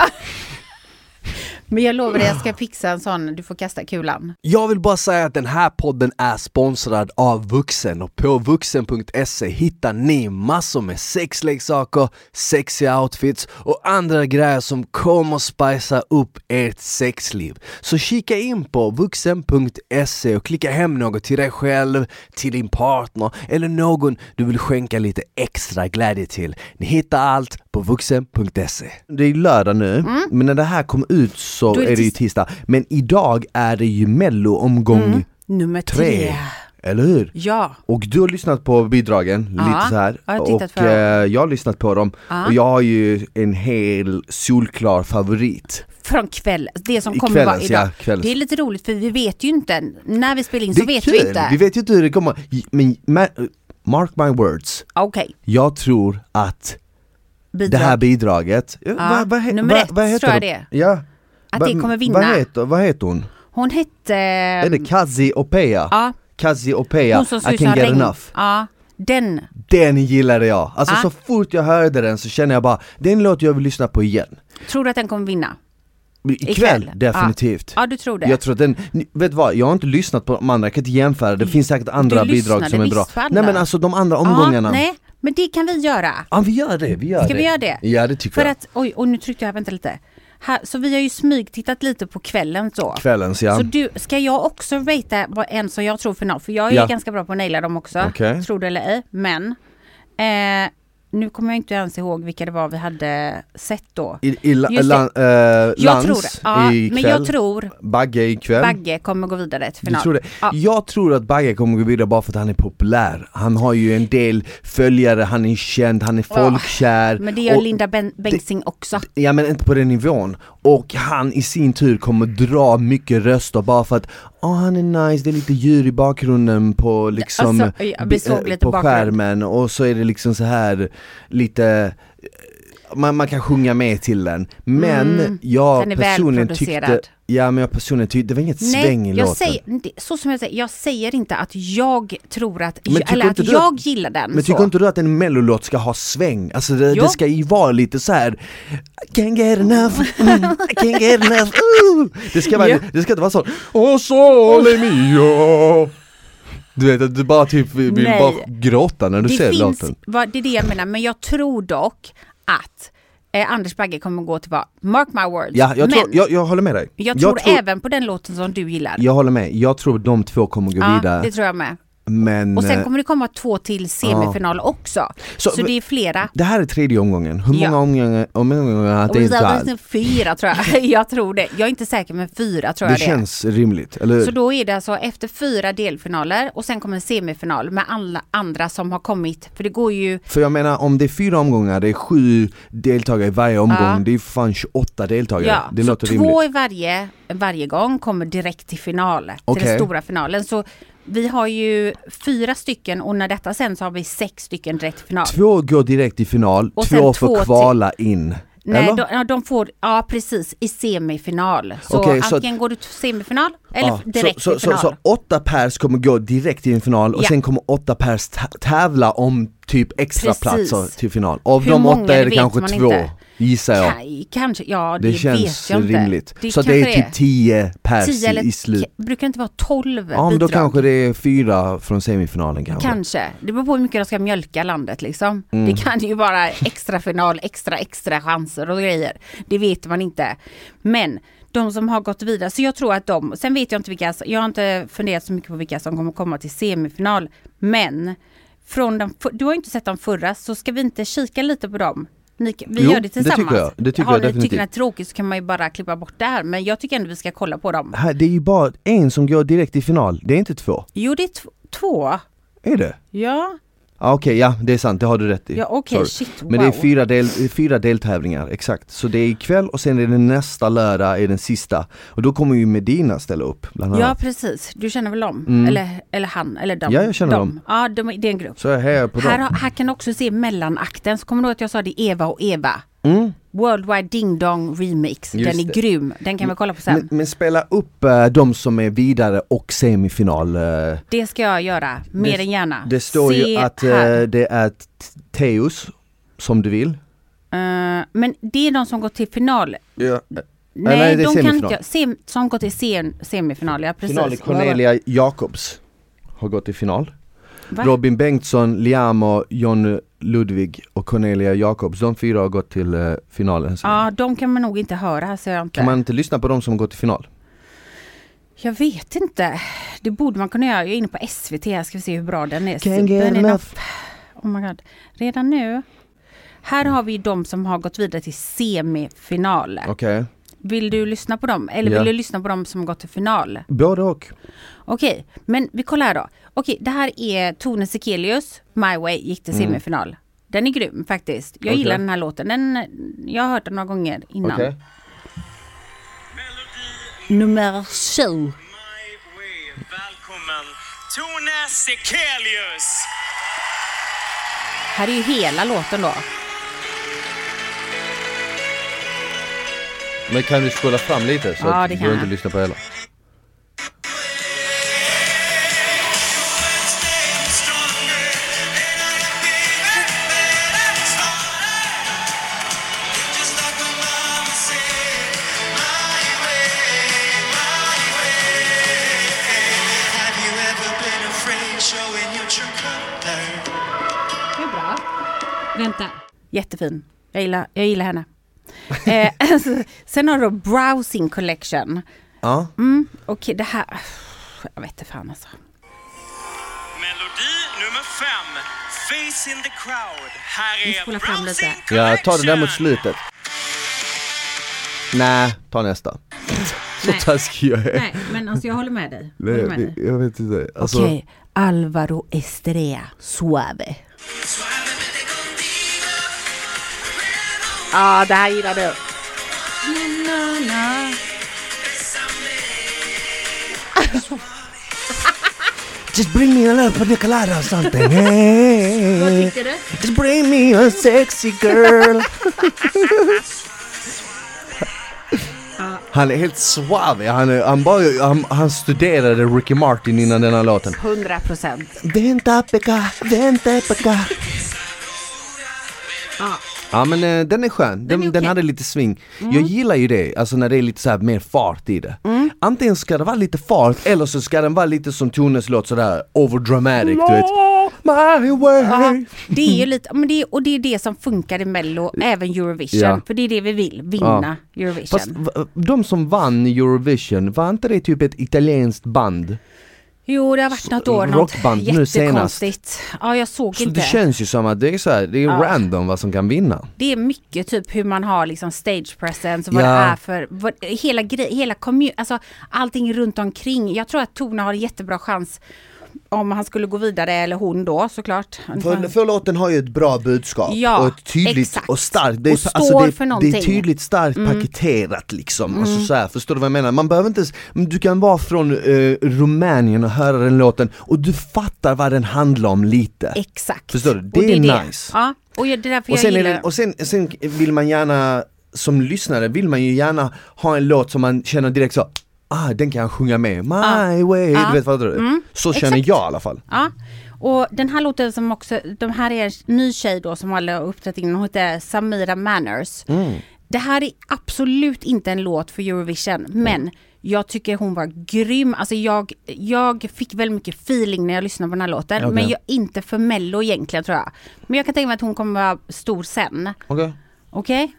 Men jag lovar dig, jag ska fixa en sån, du får kasta kulan.
Jag vill bara säga att den här podden är sponsrad av Vuxen och på vuxen.se hittar ni massor med sexleksaker, sexiga outfits och andra grejer som kommer spicea upp ert sexliv. Så kika in på vuxen.se E och klicka hem något till dig själv, till din partner eller någon du vill skänka lite extra glädje till. Ni hittar allt på vuxen.se. Det är lördag nu, men när det här kom ut så
Mm. Då är det
är det ju
tis-
tisdag. Men idag är det ju mello-omgång
Mm. Nummer tre.
tre, eller hur?
Ja.
Och du har lyssnat på bidragen lite
Ja,
så här.
jag har tittat
och
på dem.
eh, jag har lyssnat på dem
Ja.
och jag har ju en hel solklar favorit.
Från kväll, Alltså, det som
I
kommer vara
kvällens,
idag.
ja, kvällens.
Det är lite roligt för vi vet ju inte, när vi spelar in
Det
så
är
vet
kul.
vi inte.
Vi vet ju inte hur det kommer, men ma- mark my words,
Okej,
jag tror att det
bidrag.
här bidraget, vad- vad he-
nummer
vad-
ett
vad heter
tror jag
de?
det är.
Ja.
Att
Va-
det kommer vinna.
Vad heter, vad heter hon?
Hon hette...
Är det Kazi Opeya?
Ja,
Kazi Opeya,
hon som ser
I
ut som
can get
regn.
enough.
Ja, den.
Den gillade jag! Alltså
Ja.
så fort jag hörde den så kände jag bara, det är en låt jag vill lyssna på igen.
Tror du att den kommer vinna?
Ikväll,
Ikväll? Ah.
definitivt.
Ja, du tror det.
Jag tror att den, ni- vet du vad, jag har inte lyssnat på de andra, jag kan inte jämföra,
Mm.
det finns säkert andra bidrag
lyssnade
som är bra.
visst på alla.
Nej men alltså de andra omgångarna.
Ja, nej, men det kan vi göra.
Ja vi gör det, vi gör
Ska
det.
vi göra det?
Ja det tycker
För
jag.
att, oj, och nu tryckte jag, vänta lite. Här, så vi har ju smygtittat lite på kvällen så.
Kvällens ja.
Så du, ska jag också ratea vad- en som jag tror för någon? För jag är
Ja.
ganska bra på att naila dem också.
Okej.
Tror du eller ej. Men, eh, nu kommer jag inte ens ihåg vilka det var vi hade sett då.
I, i la,
Just det.
lan, eh,
Jag
Lans
tror, ja,
ikväll,
men jag tror
Bagge ikväll.
Bagge kommer gå vidare till
Du
final.
tror det?
Ja.
Jag tror att Bagge kommer gå vidare bara för att han är populär. Han har ju en del följare, han är känd, han är
Ja,
folkkär.
Men det gör
och-
Linda ben- Bengtzing också.
Ja men inte på den nivån. Och han i sin tur kommer dra mycket röster bara för att Åh han är nice, det är lite djur i bakgrunden på liksom
Alltså, ja, vi
bi-
såg
eh,
lite
på
bakgrund.
skärmen och så är det liksom så här lite eh, man, man kan sjunga med till den. Men
Mm,
jag
den är
personligen tyckte
välproducerad.
Ja men jag personligen tyckte, det var inget sväng i
Nej, jag
låten.
säger, det- så som jag säger, jag säger inte att jag tror att,
Men tycker
eller att
inte du
jag gillar den.
men
Mm, så.
tycker inte du att en mellolåt ska ha sväng? Alltså det,
Jo.
det ska ju vara lite så här. I can't get enough, mm, I can't get enough, ooh. Det ska, vara,
Ja.
det ska inte vara så Oh sole mio Du vet att du bara typ vill
Nej.
bara gråta när du
det
ser
finns,
låten
Vad, det är det jag menar, men jag tror dock att eh, Anders Bagge kommer gå till vad, mark my words.
Ja, jag,
men
tror, jag, jag håller med dig
jag tror även på den låten som du gillar.
jag håller med, jag tror de två kommer gå
ja,
vidare
det tror jag med.
Men
Och sen
eh,
kommer det komma två till semifinal också.
Så-
Så, det är flera.
det här är tredje omgången, hur
Ja.
många omgångar, omgångar har
Och det
det inte
är
alls?
det fyra tror jag. Jag tror det. Jag är inte säker men fyra tror
Det
jag det är.
känns rimligt, eller hur?
Så då är det alltså efter fyra delfinaler och sen kommer en semifinal med alla andra som har kommit. För det går ju,
För jag menar om det är fyra omgångar, det är sju deltagare i varje omgång,
Ja.
det är fan 28 deltagare.
ja,
det
så
låter rimligt.
två i varje, varje gång kommer direkt till final, till
Okej.
den stora finalen. Så vi har ju fyra stycken och när detta sen så har vi sex stycken direkt till final.
Två går direkt i final,
Och sen
två
två
får
till-
kvala in.
Nej,
Eller?
de, ja, de får, ja precis, i semifinal. Så
Okej, så
antingen går du till semifinal Eller
Ja,
direkt
så,
i
så,
final.
så, så åtta pers kommer gå direkt till en final och
Ja.
sen kommer åtta pers ta- tävla om typ extra
Precis.
platser till final. Av
Hur
de
många,
åtta är
det
det
vet
kanske
man
två,
inte.
gissar jag.
Kaj, kanske, ja det,
Det,
vet
känns
jag inte.
rimligt. så det är
kanske
typ tio pers
10 eller
i, i slut.
k- brukar det inte vara 12
Ja men då
bidrag?
kanske det är fyra från semifinalen kanske.
Kanske. Det beror på hur mycket de ska mjölka landet liksom.
Mm.
Det kan ju vara extra final, extra extra chanser och grejer. Det vet man inte. Men de som har gått vidare, så jag tror att de, sen vet jag inte vilka, jag har inte funderat så mycket på vilka som kommer komma till semifinal. Men från de, för- du har ju inte sett de förra, så ska vi inte kika lite på dem? Ni, vi
Jo,
gör det
det
tillsammans.
tycker jag. Det tycker
Har
jag
ni- tycker
definitivt.
ni att det är tråkigt så kan man ju bara klippa bort det här. Men jag tycker ändå vi ska kolla på dem.
Här, det är ju bara en som går direkt i final, det är inte två.
Jo, det är t- två.
Är det?
Ja,
Ah, okej, ja det är sant, det har du rätt i.
ja okej,
Sorry.
shit, wow.
Men det är fyra, del, fyra deltävlingar, exakt. Så det är ikväll och sen är det nästa lördag, är den sista. Och då kommer ju Medina ställa upp bland annat.
Ja precis, du känner väl dem? Eller, eller han, eller dem?
Mm. Ja, jag känner
dem.
dem.
Ja, de, är- det är en grupp.
Så jag hejar på
Här,
dem.
har- här kan du också se mellanakten, så kommer du ihåg att jag sa det är Eva och Eva?
Mm.
Worldwide Ding Dong Remix,
Just
den är
det.
grym, den kan vi kolla på sen.
Men, men spela upp eh, de som är vidare och semifinal. eh,
det ska jag göra, mer
det-
än gärna.
Det står
Ah, se
ju att eh,
här.
det är t- Teus, som du vill.
Eh, men det är de som går till final. Nej,
Eh, nej, det är
de kan
semifinal.
inte, sem, som går till sen, semifinal, ja precis.
Final är Cornelia Jacobs har gått till final.
Va?
Robin Bengtsson, Liamo, John Ludvig och Cornelia Jacobs, de fyra har gått till eh, finalen.
Ja, de kan man nog inte höra här ser jag inte.
Kan man inte lyssna på de som har gått till final?
Jag vet inte. Det borde man kunna göra. Jag är inne på SVT här, ska vi se hur bra den är.
Can't get
Den är
enough.
någon- Oh my god. Redan nu. Här har vi de som har gått vidare till semifinal.
Okej,
Vill du lyssna på dem? Eller
Ja.
vill du lyssna på dem som har gått till final?
både och.
Okej, men vi kollar här då. Okej, det här är Tone Sekelius, My Way, gick till semifinal. Den är grym faktiskt. Jag
Mm. Okej.
gillar den här låten. Den, jag har hört den några gånger innan.
Okej.
Nummer 7.
My way. Välkommen Tone Sekelius!
Här är ju hela låten då.
Men kan du spola fram lite så
Ja,
att
det
du
kan
behöver
jag.
inte lyssna på hela?
Have you ever been afraid showing your true colors?
Det är bra. Vänta. Jättefin. Jag gillar, jag gillar henne. eh, alltså, sen har du Browsing Collection.
Ja,
Mm, Okej, det här... Jag vet inte fan alltså.
Melodi nummer fem, Face in the crowd. Här
Vi
är
spolar fram lite.
Browsing
jag tar den där mot
Collection.
slutet. Nej, ta nästa. Så
Nej.
taskig jag är.
Nej, men alltså jag håller med dig.
jag vet inte. Alltså,
Okej, Alvaro Estrella Suave. Ja, ah, det här gillar du.
Just bring me a love for the colada or something. Hey.
Vad tycker du?
Just bring me a sexy girl Han är helt suave, han, är, han, bara, han, han studerade Ricky Martin innan den här låten
100 procent.
Vänta Pekka, vänta Pekka
Ja.
Ja men eh, den är skön, den,
är
den
okej. Mm.
hade lite sving Jag gillar ju det, alltså när det är lite så här mer fart i det Antingen ska det vara lite fart eller så ska den vara lite som Tones låt sådär overdramatic du vet My way
Ja, det är ju lite, men det är, och det är det som funkar i Mello, även Eurovision.
Ja.
För det är det vi vill, vinna Eurovision.
Fast v- de som vann Eurovision, var inte det typ ett italienskt band?
jo, det har varit något år,
rockband
något
nu senast.
jättekonstigt. Ja, jag såg
Så
inte.
det känns ju som att det är så här, det är random vad som kan vinna.
Det är mycket typ hur man har liksom stage presence och vad
Ja.
det är för, vad, hela grej, hela kommun, alltså allting runt omkring. Jag tror att Tone har jättebra chans om han skulle gå vidare, eller hon då såklart.
För, för låten har ju ett bra budskap
Ja,
och ett tydligt
exakt.
och starkt. Det är,
Och
så- alltså
står
det,
för
är, det
någonting. Mm.
är tydligt starkt paketerat liksom. Alltså så här, förstår du vad jag menar? Man behöver inte ens, men du kan vara från eh, Rumänien och höra den låten och du fattar vad den handlar om lite.
Exakt.
Förstår du?
Och
Det är nice.
Ja, och jag- det är därför
Och
jag
sen, är
gillar
det, och sen, sen vill man gärna, som lyssnare, vill man ju gärna ha en låt som man känner direkt så ah, den kan jag sjunga med, my way,
Ja.
du vet vad du?
Ah. Mm,
Så känner
exakt.
jag i alla fall
Ja. Och den här låten som också, de här är en ny tjej då som alla har uppträtt innan, hon heter Samira Manners.
Mm.
Det här är absolut inte en låt för Eurovision,
Mm.
men jag tycker hon var grym. Alltså jag, jag fick väldigt mycket feeling när jag lyssnade på den här låten,
Okej.
men jag, inte för mello egentligen tror jag. Men jag kan tänka mig att hon kommer vara stor sen.
Okej
Okej?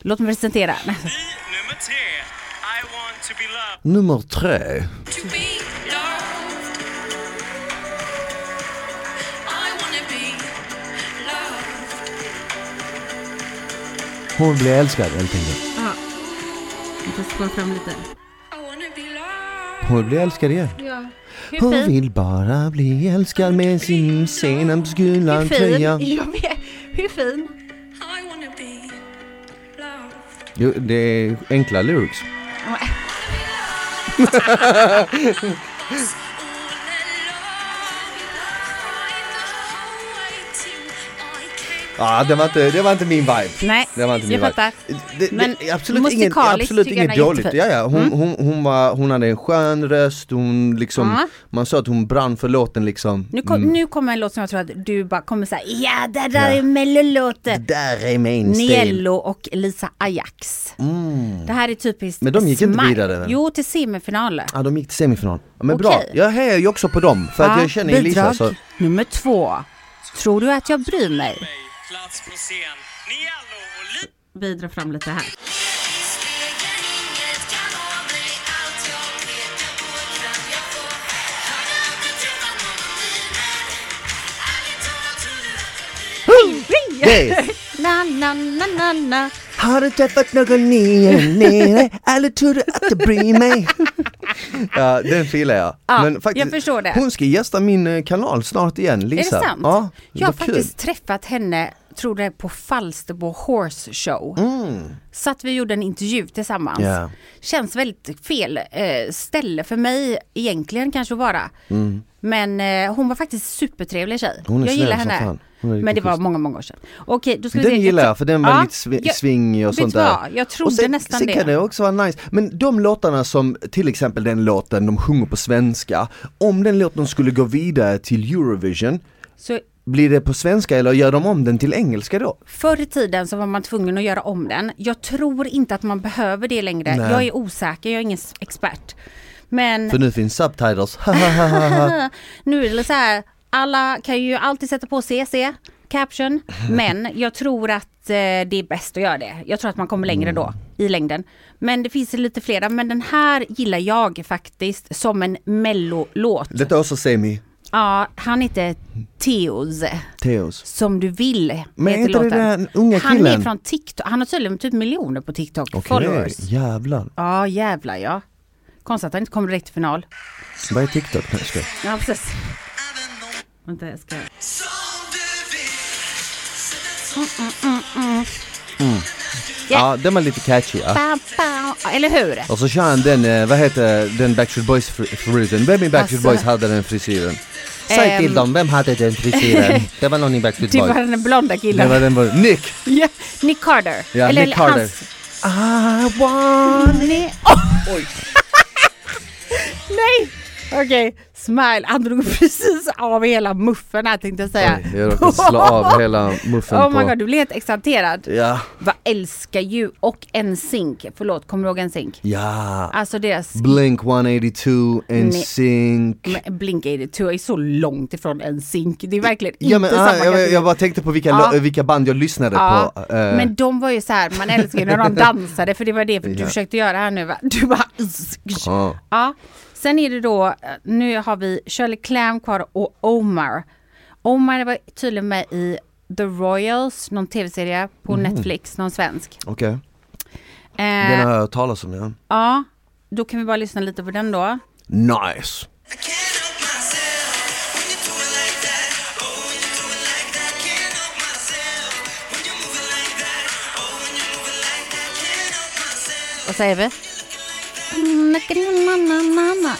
Låt mig presentera.
I nummer tre, I want to be loved.
Nummer tre
to be loved. I wanna be loved.
Hon blir älskad helt enkelt
I wanna be loved.
Hon blir älskad igen Hon
fint?
vill bara bli älskad med sin senapsgula
Hur
tröja
fin? Jag vet. Hur fin?
I wanna be loved.
Jo, det är enkla lyrics
All alone, cried the whole way till I came.
Ja, Ah, det var inte, det var inte min vibe.
Nej,
det var inte min
jag fattar.
vibe. Det, det,
Men
Men absolut inget,
musikaliskt
absolut
tycker jag Mm.
inget
den är
dåligt. Ja,
jättefin.
ja. Hon, hon, hon, var, hon hade en skön röst, hon liksom,
Ja.
man sa att hon brann för låten liksom.
Nu, kom, nu kommer en låt som jag tror att du bara kommer säga ja det där är
Det
mellolåten.
där är min stil.
Niello och Lisa Ajax. Det här är typiskt
Mm. Men de gick inte
smart.
vidare, eller?
Jo till semifinal.
Ja, de gick till semifinal. Ja, Men bra,
Okej.
jag hejar ju också på dem, för att jag känner ju Lisa
bidrag
så.
nummer två. Tror du att jag bryr mig?
Mig, plats på scen. Niello och Li-
Vi drar fram lite här.
Yes.
Na, na, na, na, na.
Har du träffat någon ny nere? Eller tror du att du bryr mig? ja, den filar jag.
Ja, jag förstår det.
Hon ska gästa min eh, kanal snart igen, Lisa.
Är det sant?
Ja,
jag har
vad kul.
faktiskt träffat henne, tror det är på Falsterbo Horse Show. Så att vi gjorde en intervju tillsammans.
Mm. Ja.
Känns väldigt fel eh, ställe för mig egentligen kanske att vara. Men eh, hon var faktiskt supertrevlig tjej.
Mm. Hon är
jag
snäll
gillar
som
henne.
fan. Hon är riktigt
Men det var
schysst.
många, många år sedan. Okej, då ska vi
Den
se-
gillar jag för den var
Ja,
lite svi-
jag-
svingig och
vet
sånt
du
där.
vad? Jag trodde
och sen,
nästan
sen
det.
kan det också vara nice, men de låtarna som till exempel den låten de sjunger på svenska, om den låten skulle gå vidare till Eurovision,
Så
blir det på svenska eller gör de om den till engelska då?
Förr i tiden så var man tvungen att göra om den. Jag tror inte att man behöver det längre.
Nej.
Jag är osäker, jag är ingen s- expert. Men
För nu finns subtitles,
nu är det så här, alla kan ju alltid sätta på CC, caption, men jag tror att eh, det är bäst att göra det. Jag tror att man kommer längre
Mm.
då, i längden. Men det finns lite flera, men den här gillar jag faktiskt som en mellolåt.
Let also say me,
Ja, han heter Teos.
Theos.
Som du vill
Men är
heter
inte det
låten.
den unga
han är
killen?
från TikTok, han har tydligen typ miljoner på TikTok followers.
jävlar.
Ja jävlar ja. Konstigt att han inte kommer direkt till final.
Vad är TikTok? Nej, jag skojar.
Ja precis. Vänta jag ska...
Ja, den var lite catchy. Ja.
Bam, bam. Ja, Eller hur?
Och så kör han den, eh, vad heter den Backstreet Boys fri- frisyren? Vem i Backstreet
Alltså.
Boys hade den frisyren? Säg
Ehm.
till dem, vem hade den frisyren? det var någon i Backstreet
Det var
Boys.
Typ den blonda
Det
killen.
var den var Nick!
Ja, Nick Carter.
Ja,
Eller
Nick Carter.
Hans...
I want...
Nej. Nej! Okej, smile. Han drog precis av hela muffen här tänkte jag säga.
Oj, jag råkade slå av hela muffen
Oh my
på...
god, du blev helt exalterad.
Ja,
Vad älskar ju och en sink. Förlåt, kommer du ihåg en sink?
ja.
Alltså deras
Blink 182, NSYNC.
Blink 82 är så långt ifrån en sink. Det är verkligen
Ja men
inte samma
ah, jag,
kategori.
jag bara tänkte på vilka,
Ja.
lo- vilka band jag lyssnade
Ja,
på. eh,
men de var ju så här, man älskar ju när de dansade för det var det du
Ja.
försökte göra här nu va? Du bara...
Ja.
Ja. Sen är det då, eh, nu har vi Shirley Clamp kvar och Omar. Omar var tydligen med i The Royals, någon tv-serie på Netflix, någon svensk.
Okej,
Eh,
Mhm. den har jag hört talas om ja.
Ja, då kan vi bara lyssna lite på den då.
I
Nice!
can't help myself when you do it like that. Oh, when you do it like that, can't help myself when you move it like that. Oh, when you move it like that, can't help myself.
Vad säger vi? Mm,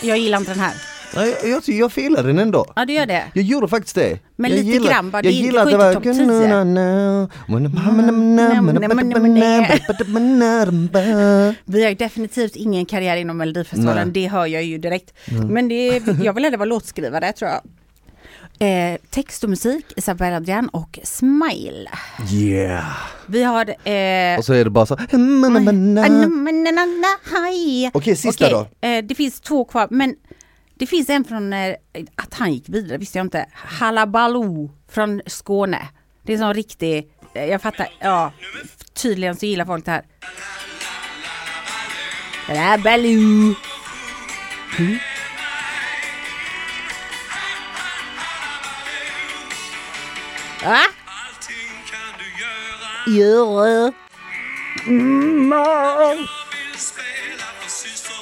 Jag gillar inte den här.
Nej, jag, jag, jag filar den ändå.
Ja, du gör det.
Jag gjorde faktiskt det.
Men
jag
lite
gillar-
grann bara,
jag
det är
gillar att det
inte-
var...
det går inte topp 10. Vi har ju definitivt ingen karriär inom Melodifestivalen,
Nej.
det hör jag ju direkt. Men det är, jag vill ändå vara låtskrivare tror jag. Eh, text och musik, Isabella Adrian och Smile. Eh.
Yeah!
Vi har... Eh,
Och så är det bara så... Okej,
Okej,
sista då.
Eh, det finns två kvar, men det finns en från eh, att han gick vidare, visste jag inte. Halabaloo från Skåne. Det är en sån riktig, eh, jag fattar, ja, tydligen så gillar folk det här. Halabaloo. Mm. Va?
Allting kan du göra.
Göra.
Vill spela precis så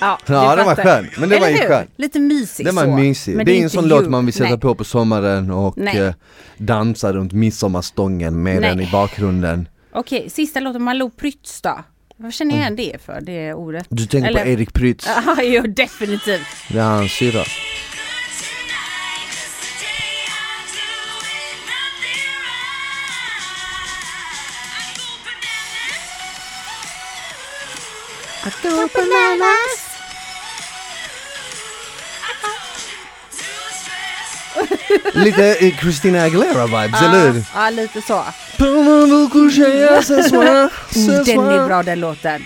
bra.
Ja,
Ja,
du
den var
fattar.
skön. Men den var
Eller
ju
hur?
skön.
Lite mysig
Den var
så.
mysig.
Men
Det är
inte
ingen sån låt
you.
man vill sätta
Nej.
på på sommaren och
Nej.
eh, dansa runt midsommarstången med
Nej.
den i bakgrunden.
Okej, sista låten Malou Prytz då. Vad känner
Mm.
jag igen det för, det ordet?
Du tänker på
Eller-
Erik Prytz,
Ja, jo definitivt.
Det är hans syrra.
Tonight is the day I'm doing nothing right. I go bananas. I go too stressed.
Lite eh, Christina
Ah.
Aguilera-vibes, eller hur?
Ja, lite så. Mm, Den är
Den
bra den låten.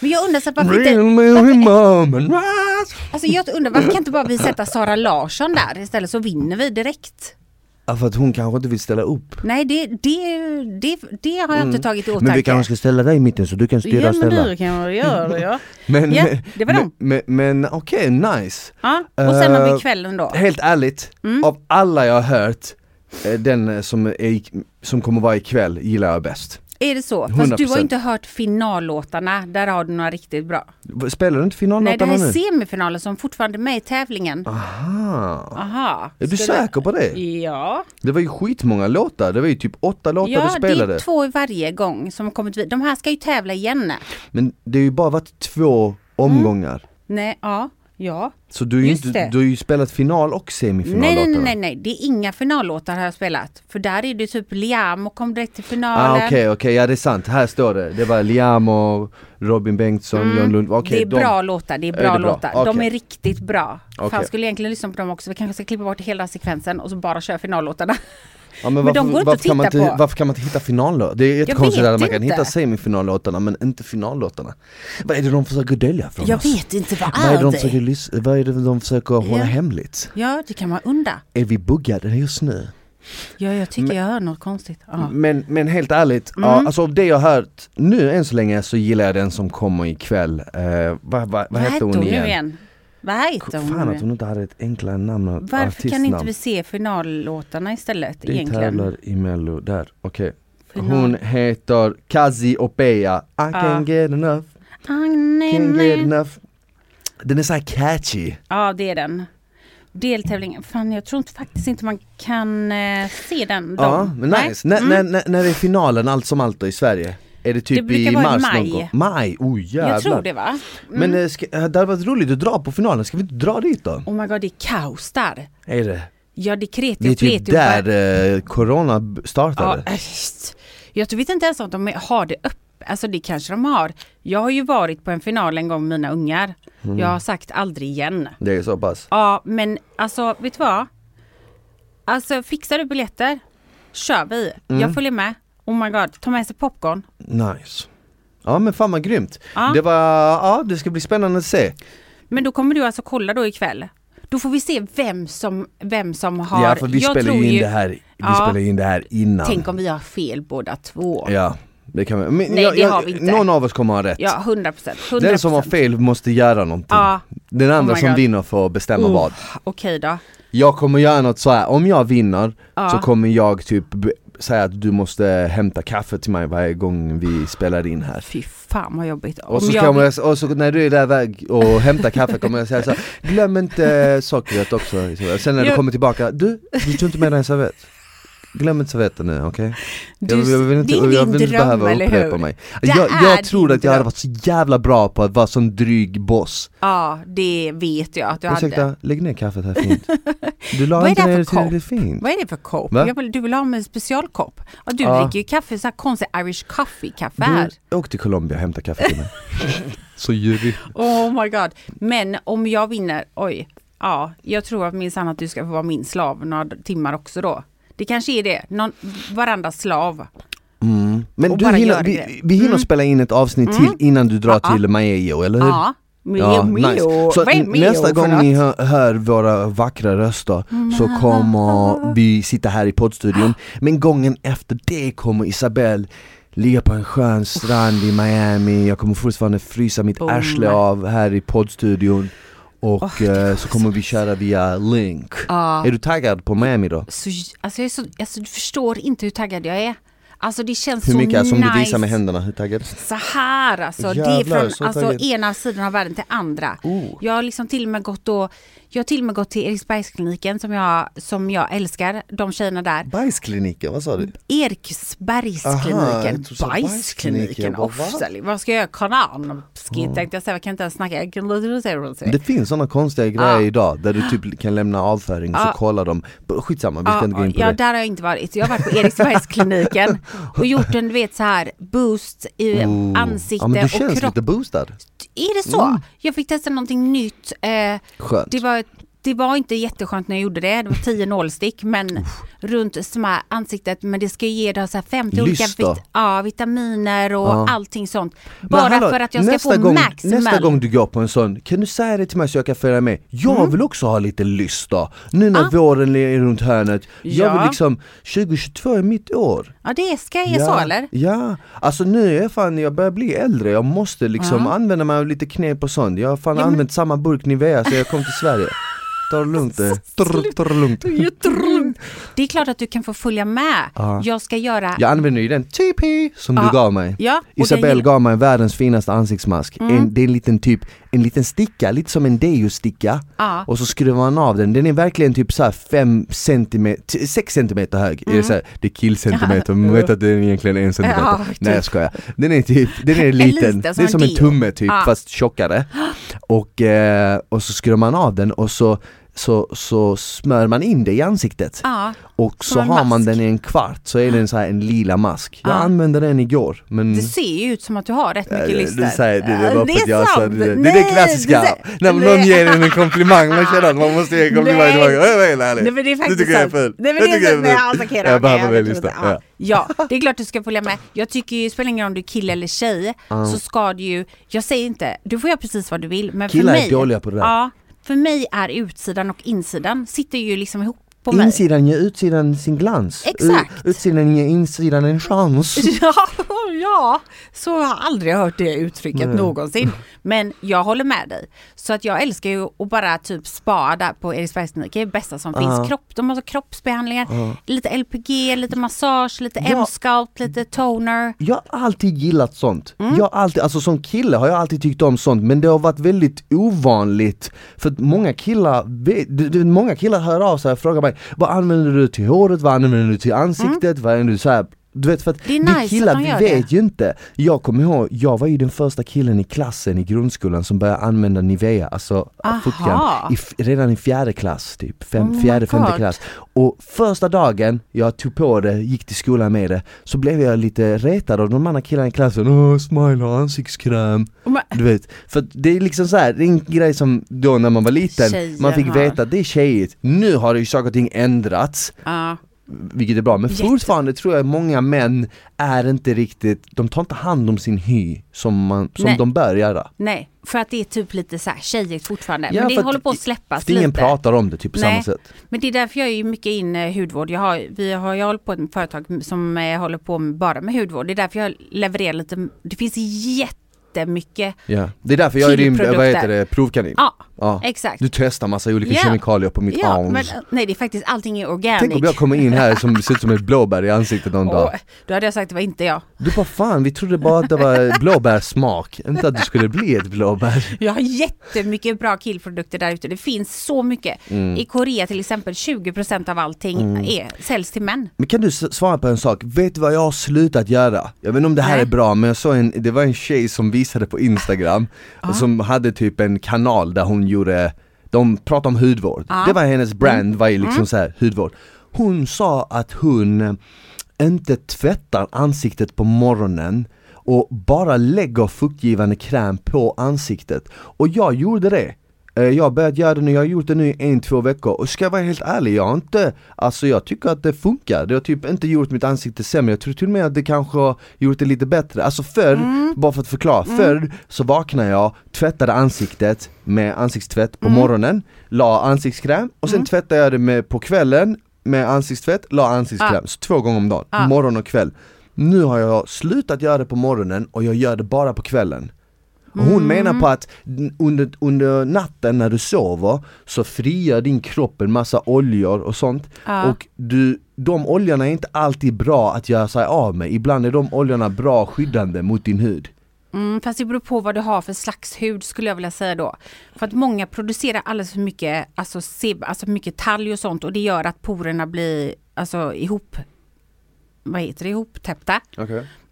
Men jag undrar så här, varför inte... Alltså jag undrar varför kan inte bara vi sätta Sara Larsson där istället så vinner vi direkt.
Ja, för att hon kanske inte vill ställa upp.
Nej det, det, det, det har jag inte tagit i åtanke.
Mm. Men vi kanske ska ställa dig i mitten så du kan styra och
Ja men
ställa.
du kan väl göra det ja.
Men,
Ja, det var
men,
dem. Ah.
men, men okej, nice.
ja. Och sen har
Eh,
vi kvällen då.
Helt ärligt,
Mm.
av alla jag har hört, eh, den som, är, i- som kommer vara ikväll gillar jag bäst.
Är det så? Fast du har
100%.
ju inte hört finallåtarna, där har du några riktigt bra.
Spelar du inte
Nej det
finallåtarna
här
nu?
är semifinalen som fortfarande är med i tävlingen.
Aha.
Aha.
Är du
Ska det-
säker på det?
Ja,
Det var ju skitmånga låtar, det var ju typ åtta låtar du
ja det
spelade.
är två i varje gång som har kommit vid. De här ska ju tävla igen.
Men det har ju bara varit två omgångar.
Nej, ja, ja.
Så du, är ju
Just
inte,
det.
du har ju spelat final och
Nej,
semifinallåtarna.
nej, nej, nej, det är inga finallåtar har jag spelat. För där är det typ Liam och kom direkt till
Ah,
finalen.
Okej, okej, ja det är sant. Här står det. Det var Liam och Robin Bengtsson, John Lund. Okej,
Mm. det är
de-
bra låtar, det är bra
Är det bra?
låtar. De
Okej.
är riktigt bra. Fan,
Okej.
skulle egentligen lyssna på dem också. Vi kanske ska klippa bort hela sekvensen och så bara köra finallåtarna.
Ja,
Men
varför,
de går inte
varför
att
kan man
titta
inte,
på.
Varför kan man inte hitta finallåtar? Det är jättekonstigt
vet
att man kan
inte.
hitta semifinallåtarna men inte finallåtarna. Vad är det de försöker dölja från
Jag
oss?
vet inte, vad
Vad är, det
är
de
det?
försöker, lys- vad är det de försöker hålla
Ja.
hemligt?
Ja, det kan man undra.
Är vi buggade just nu?
Ja, jag tycker jag hör något konstigt. Ja. Mm.
Men, men helt ärligt, ja, alltså av det jag har hört nu än så länge så gillar jag den som kommer ikväll. Eh, vad vad, vad,
Vad
hette hon, igen?
nu igen? Vad heter hon
Fan
nu
att hon inte hade ett enklare namn och
Varför
artistnamn.
kan inte vi se finallåtarna istället
Det
egentligen?
tävlar i mello där, okej.
Final.
Hon heter Kazi Opeya, I can get enough,
Ah, nej,
can get
nej.
enough Den är såhär catchy
Ja, det är den. Deltävlingen, fan jag tror inte, faktiskt inte man kan eh, se den. då.
Ja, men
Nej. Mm.
nice. När- När, när, när är finalen allt som allt då i Sverige? Är det typ
brukar
i
vara i
mars
maj.
någon gång? Maj? Oh jävlar!
Jag tror det va?
Men eh, ska, det hade varit roligt att dra på finalen, ska vi inte dra dit då?
Oh my god, det är kaos där.
Är det?
Ja, det är kreti
Det är
och
typ
pleti. och bara-
där eh, corona b- startade
Ja, äst. jag vet inte ens om de har det öppet. Alltså det kanske de har. Jag har ju varit på en final en gång med mina ungar.
Mm.
Jag har sagt aldrig igen.
Det är så pass
Ja, men alltså vet du vad? Alltså fixar du biljetter, kör vi.
Mm.
Jag följer med. Oh my god, ta med sig popcorn.
nice Ja men fan vad grymt!
Ja.
Det var, ja det ska bli spännande att se
Men då kommer du alltså kolla då ikväll. Då får vi se vem som, vem som har...
Ja för vi
jag
spelar
tror
ju in det här, vi
Ja.
spelar in det här innan
Tänk om vi har fel båda två. Ja,
Ja, det kan vi. Men
Nej,
jag,
det
jag,
har vi inte.
Någon av oss kommer ha rätt.
100 procent.
Den som har fel måste göra någonting.
Ja.
Den andra
Oh my
som
God.
vinner får bestämma
Oh,
vad.
Okej då.
Jag kommer göra något så här. om jag vinner
Ja.
så kommer jag typ b- säga att du måste hämta kaffe till mig varje gång vi spelar in här.
Fy fan vad jobbigt. Om
Och så,
jag-
kommer jag, och så när du är där väg och hämtar kaffe kommer jag säga så här, glöm inte sockret också Isabel." Sen när du
Jag-
kommer tillbaka, du, du tog inte med dig en servett Glöm inte servetten nu, okej?
Du-
jag, jag vill inte,
det är
jag
din
vill inte
dröm,
behöva
eller
upprepa
hur?
mig.
Det
jag
är
jag tror
din
att jag hade
dröm.
varit så jävla bra på att vara sån dryg boss.
Ja, det vet jag att du
Ursäkta,
hade.
lägg ner kaffet här fint. Du
Vad
la
är
inte
det här
ner
för
det tillräckligt
kopp?
fint.
Vad är det för kopp?
Va?
Jag vill, du vill ha med en specialkopp? Och du
Ja.
dricker ju kaffe, så här konstig Irish coffee-kaffe här.
Du, åk till Colombia och hämta kaffe till mig. så gör vi.
Oh my god. Men om jag vinner, oj, ja, jag tror att minsann att du ska få vara min slav några timmar också då. Det kanske är det, Någon, varandra slav.
Men
Och
du
bara
hinner,
gör det. Mm.
vi, vi hinner spela in ett avsnitt till innan du drar till Maeo, eller hur?
Ja, Mio, Mio.
Så
Vad är
n-
Mio
nästa
för
gång
något?
ni hör, hör våra vackra röster så
Mm.
kommer vi sitta här i poddstudion Men gången efter det kommer Isabelle ligga på en skön strand i Miami Jag kommer fortfarande frysa mitt
Boom.
arsle av här i poddstudion Och eh, så kommer vi köra via link
Ja.
Är du taggad på Miami då?
Så, alltså, jag är så, alltså, du förstår inte hur taggad jag är. Alltså det känns
Hur
så
mycket,
nice.
som du visar med händerna, hur taggad?
Så här alltså, det
Jävlar,
är
så
från alltså,
taggad. Oh.
ena sidan av världen till andra. Jag har liksom till och med gått och, jag har till och med gått till Eriksbergskliniken som jag, som jag älskar, de tjejerna där.
Bajskliniken, vad sa du? Aha, jag
Eriksbergskliniken,
tror så här bajskliniken,
bajskliniken,
jag bara, va? Mm.
Ofsali, vad ska jag kananskit tänkte jag säga, jag kan inte ens snacka, jag kan
Det finns sådana konstiga grejer idag där du typ kan lämna avföring och så
Ja.
kollar de, skitsamma vi ska
Ja,
inte gå in på
ja
det
där har jag inte varit. Jag har varit på Eriksbergskliniken och gjort en du vet så här boost i
Oh.
ansikte
ja, men du
och
känns
kropp.
lite boostad.
Är det så? Jag fick testa någonting nytt. Eh,
Mm. Skönt.
det, var, det var inte jätteskönt när jag gjorde det. Det var tio nålstick men runt smär ansiktet. Men det ska ju ge dig så här 50 olika
Lyster.
vit, ja, vitaminer och
Ja.
allting sånt.
Men
Bara
hallå,
för att jag ska
nästa
få
gång,
maximal.
Nästa gång du går på en sån, kan du säga det till mig så jag kan följa med? Jag
Mm.
vill också ha lite lyst då, nu när våren är runt hörnet. Jag vill
Ja.
liksom, 2022 är mitt år.
Ja det ska jag så eller?
Ja, alltså nu är jag fan, jag börjar bli äldre, jag måste liksom använda mig av lite knep och sånt. Jag har fan använt samma burk Nivea så jag kom till Sverige. Ta det lugnt eh. Trr, trr, lugnt.
Det är klart att du kan få följa med. Jag ska göra
Jag använder ju den TP som du
Ja.
gav mig.
Ja, och den Mm.
Isabelle
gillar-
gav mig världens finaste ansiktsmask. En, det är en liten typ, en liten sticka, lite som en deo-sticka.
Ja.
Och så skruvar man av den. Den är verkligen typ såhär 5 centimeter, 6 centimeter hög. Är det, så här, det är killcentimeter, men man vet att den egentligen är en centimeter.
Mm. Ja,
Nej jag
typ.
skojar. Den är typ, den är liten.
liten,
det är som
som
en
en deo.
tumme typ,
Ja.
fast tjockare. Och, eh, och så skruvar man av den och så så, så smör man in det i ansiktet
Ja,
och så
som en
har man
mask.
den i en kvart så är den så här en lila mask. Jag
Ja.
använde den igår men
Det ser ju ut som att du har rätt mycket
det,
lyster.
det, säger- det, det, var för
är
att jag sa
sant.
det, det, det är
Nej,
det klassiska,
säger-
när
Nej.
någon ger en en komplimang, man känner att man måste ge en komplimang
Nej.
tillbaka. Jag är helt ärlig.
Nej men det är faktiskt
du tycker jag är
sant.
ful.
Nej men det
jag
är sant. Nej, alltså, okej, då.
jag behöver
Okej,
väl
jag
lyssna.
tror
Ja.
inte- Ja, Ja, det är klart du ska följa med. Jag tycker ju, det spelar ingen roll om du är kille eller tjej, så ska du ju, jag säger inte, du får göra precis vad du vill. Men
Killar
för
är
mig,
dåliga på det där.
Ja, för mig är utsidan och insidan, sitter ju liksom ihop på mig.
Insidan ger utsidan sin glans.
Exakt.
U- utsidan ger insidan en chans.
Ja, ja, så har jag aldrig hört det uttrycket någonsin. Men jag håller med dig. Så att jag älskar ju att bara typ spa där på Eriksbergskliniken, det är det bästa som finns. Kropp, de har så kroppsbehandlingar, lite LPG, lite massage, lite
Ja.
M-sculpt, lite toner.
Jag har alltid gillat sånt.
Mm.
Jag har alltid, alltså som kille har jag alltid tyckt om sånt men det har varit väldigt ovanligt För att många killar, vet- du- du- många killar hör av sig och frågar mig Vad använder du till håret? Vad använder du till ansiktet? Vad använder du så här? Du vet för att
Mm. Det är nice
vi
att
killar
de gör
vi vet
det.
ju inte Jag kommer ihåg, jag var ju den första killen i klassen i grundskolan som började använda Nivea, alltså
Aha.
fuktkräm i, f- Redan i fjärde klass typ, Fem,
Oh my
fjärde, femte
God.
klass och första dagen jag tog på det, gick till skolan med det Så blev jag lite retad av de andra killarna i klassen Åh, smile och ansiktskräm
Men-
Du vet, för att det är liksom så här, det är en grej som då när man var liten
Tjejer
Man fick
har-
veta att det är tjejigt Nu har ju saker och ting ändrats
Ja.
Vilket är bra, men
Jätte-
fortfarande tror jag många män är inte riktigt De tar inte hand om sin hy som, man, som
Nej.
de bör göra
Nej, för att det är typ lite så här tjejigt fortfarande.
Ja,
Men
för
det
att-
håller på att släppas
För ingen
lite.
pratar om det typ på samma sätt
Men det är därför jag är ju mycket inne i hudvård. Jag har, vi har, jag håller på med ett företag som eh, håller på med, bara med hudvård. Det är därför jag levererar lite, det finns jättemycket
Ja, det är därför jag är din, vad heter
Killprodukter.
det, provkanin
Ja,
Ja.
Exakt.
Du testar massa olika
Ja.
kemikalier på mitt
Ja,
ounce.
men eh, nej det är faktiskt allting är organic.
Tänk om jag kommer in här som ser ut som ett blåbär i ansiktet någon dag.
Åh, Då hade jag sagt det var inte jag.
Du bara fan, vi trodde bara att det var blåbärssmak, inte att det skulle bli ett blåbär.
Jag har jättemycket bra killprodukter där ute. Det finns så mycket.
Mm.
I Korea till exempel 20% av allting är, säljs till män.
Men kan du s- svara på en sak? Vet du vad jag har slutat göra? Jag vet inte om det här
Nej.
är bra men jag såg en, det var en tjej som visade på Instagram som hade typ en kanal där hon gjorde, de pratade om hudvård. Det var hennes brand, var ju liksom så här, hudvård. Hon sa att hon eh, inte tvättar ansiktet på morgonen och bara lägger fuktgivande kräm på ansiktet. Och jag gjorde det. Eh, Jag har börjat göra det nu, jag har gjort det nu i en, två veckor och ska jag vara helt ärlig, jag har inte, alltså jag tycker att det funkar. Det har typ inte gjort mitt ansikte sämre, jag tror till och med att det kanske har gjort det lite bättre. Alltså förr, bara för att förklara, förr så vaknade jag, tvättade ansiktet med ansiktstvätt på morgonen, la ansiktskräm och sen tvättade jag det med, på kvällen med ansiktstvätt, la ansiktskräm. Så två gånger om dagen, morgon och kväll. Nu har jag slutat göra det på morgonen och jag gör det bara på kvällen. Och
Mm.
hon menar på att n- under, under natten när du sover så frigör din kropp en massa oljor och sånt och du, de oljorna är inte alltid bra att göra sig av med, ibland är de oljorna bra skyddande mot din hud.
Mm, fast det beror på vad du har för slags hud skulle jag vilja säga då. För att många producerar alldeles för mycket, alltså, seb, alltså mycket talg och sånt och det gör att porerna blir alltså, ihop, vad heter det, ihoptäppta.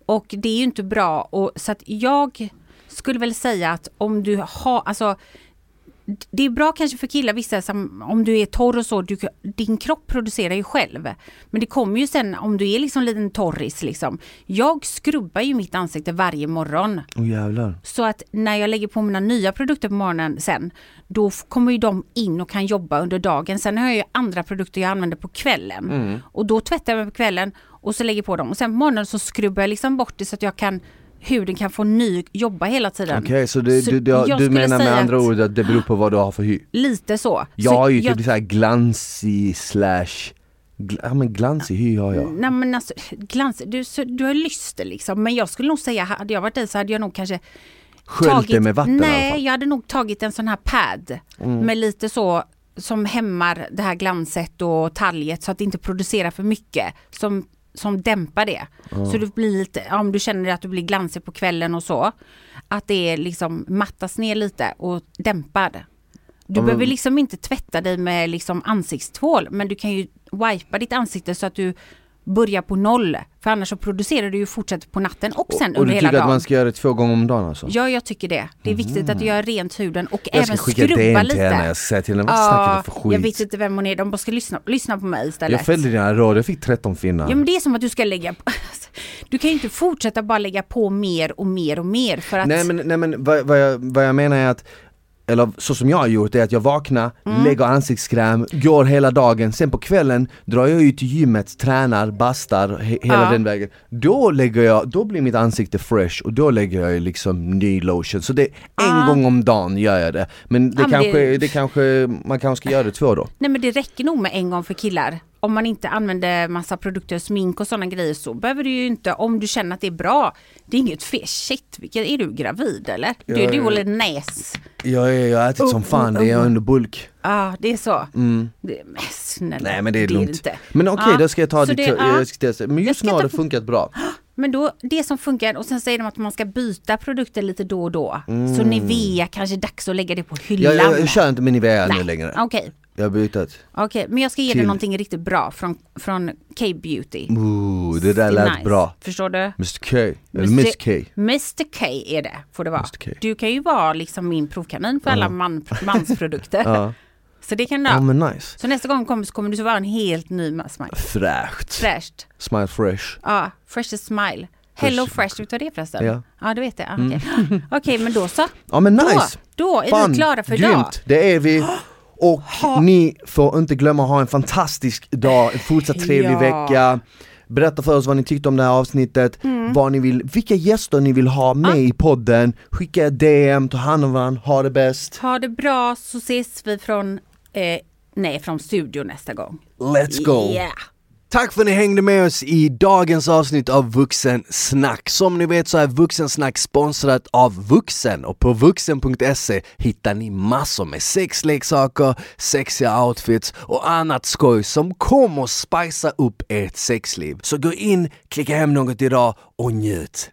Och det är ju inte bra. Och, så att jag skulle väl säga att om du har, alltså det är bra kanske för killar vissa som, om du är torr och så, du, din kropp producerar ju själv. Men det kommer ju sen om du är liksom en liten torris liksom. Jag skrubbar ju mitt ansikte varje morgon.
Åh jävlar.
Så att när jag lägger på mina nya produkter på morgonen sen, då f- kommer ju de in och kan jobba under dagen. Sen har jag ju andra produkter jag använder på kvällen.
Mm.
Och då tvättar jag mig på kvällen och så lägger jag på dem. Och sen på morgonen så skrubbar jag liksom bort det så att jag kan, huden kan få ny, jobba hela tiden.
Okej, så, det, du, du,
jag
du
skulle
menar med
säga
andra
att-
ord att det beror på vad du har för hy?
Lite så.
Jag
så
har ju typ såhär glansig slash, gl- ja men glansig hy har jag.
Nej men alltså, glans, du, så, du har lyster liksom. Men jag skulle nog säga, hade jag varit dig så hade jag nog kanske
Sköljt det med vatten i alla fall. Mm.
Nej, jag hade nog tagit en sån här pad med lite så som hämmar det här glanset och talget så att det inte producerar för mycket som, som dämpar det. Så du blir lite, ja, om du känner att du blir glansig på kvällen och så, att det är liksom mattas ner lite och dämpar. Du behöver liksom inte tvätta dig med liksom ansiktstvål men du kan ju wipa ditt ansikte så att du börjar på noll. För annars så producerar du ju fortsatt på natten och sen
Och
under
du
hela
tycker
dagen.
att man ska göra det två gånger om dagen alltså?
Ja, jag tycker det. Det är viktigt att du gör rent huden och
Jag ska
även
skicka
skrubba
DM
lite.
till henne, jag ska säga till henne, vad snackar du för
jag
skit?
vet inte vem hon är, de bara ska lyssna, lyssna på mig istället.
Jag följde dina råd, jag fick 13 finnar.
Ja men det är som att du ska lägga på, du kan ju inte fortsätta bara lägga på mer och mer och mer för att
Nej men, nej, men vad, vad, jag, vad jag menar är att eller så som jag har gjort är att jag vaknar,
Mm.
lägger ansiktskräm, går hela dagen, sen på kvällen drar jag ut till gymmet, tränar, bastar, he- hela den vägen. Då lägger jag, då blir mitt ansikte fresh och då lägger jag ju liksom ny lotion. Så det, en gång om dagen gör jag det. Men det
Ah. Ja, men
kanske, det...
det-
kanske, man kanske ska göra det två då.
Nej men det räcker nog med en gång för killar. Om man inte använder massa produkter, smink och sådana grejer så behöver du ju inte, om du känner att det är bra, det är inget fel. Shit, vilken, är du gravid eller? Det är
Ja,
du
ja.
eller näs.
Jag, jag har ätit
Oh,
som fan, det är under bulk.
Ja, det är så. Det, men snälla,
Mm. Nej men det är lugnt.
inte.
Men okej,
Ja,
då ska jag ta
så
ditt, eh,
det- ja.
jag ska testa. Men
Jag
just
ska
nu har
ta
det
på-
funkat bra.
Men då, det som funkar och sen säger de att man ska byta produkter lite då och då. Så Nivea kanske är dags att lägga det på
Jag,
hyllan.
Mm. jag, jag kör inte med Nivea nu
Nej,
längre.
Okej,
Jag har bytt.
okej. men jag ska ge dig
Till-
någonting riktigt bra från, från K-beauty.
Ooh, det där lät
nice.
bra.
Förstår du?
Mr K, eller Miss K.
Mr K är det, får det vara.
Mr. K.
Du kan ju vara liksom min provkanin för alla man, mansprodukter. Så det kan du
Ja
ha.
men nice.
Så nästa gång kommer, så kommer du vara en helt ny massmark.
Fräscht.
Fräscht.
Smile fresh.
Ja, Fresh is smile. Hello Fresh, vet du vad det är förresten?
Ja. Mm.
du vet det? Ah, Okej, Okej, men då så.
Ja men nice.
Då, då är
Fan,
vi klara för
grymt.
idag.
det är vi. Och ni får inte glömma att ha en fantastisk dag, en fortsatt trevlig
Ja.
vecka. Berätta för oss vad ni tyckte om det här avsnittet,
Mm.
vad ni vill, vilka gäster ni vill ha
Ah.
med i podden. Skicka ett DM, ta hand om varandra, ha det bäst.
Ha det bra så ses vi från, eh, nej från studion nästa gång.
Let's go!
Yeah.
Tack för att ni hängde med oss i dagens avsnitt av Vuxensnack. Som ni vet så är Vuxensnack sponsrat av Vuxen och på vuxen.se hittar ni massor med sexleksaker, sexiga outfits och annat skoj som kommer att spicea upp ert sexliv. Så gå in, klicka hem något idag och njut!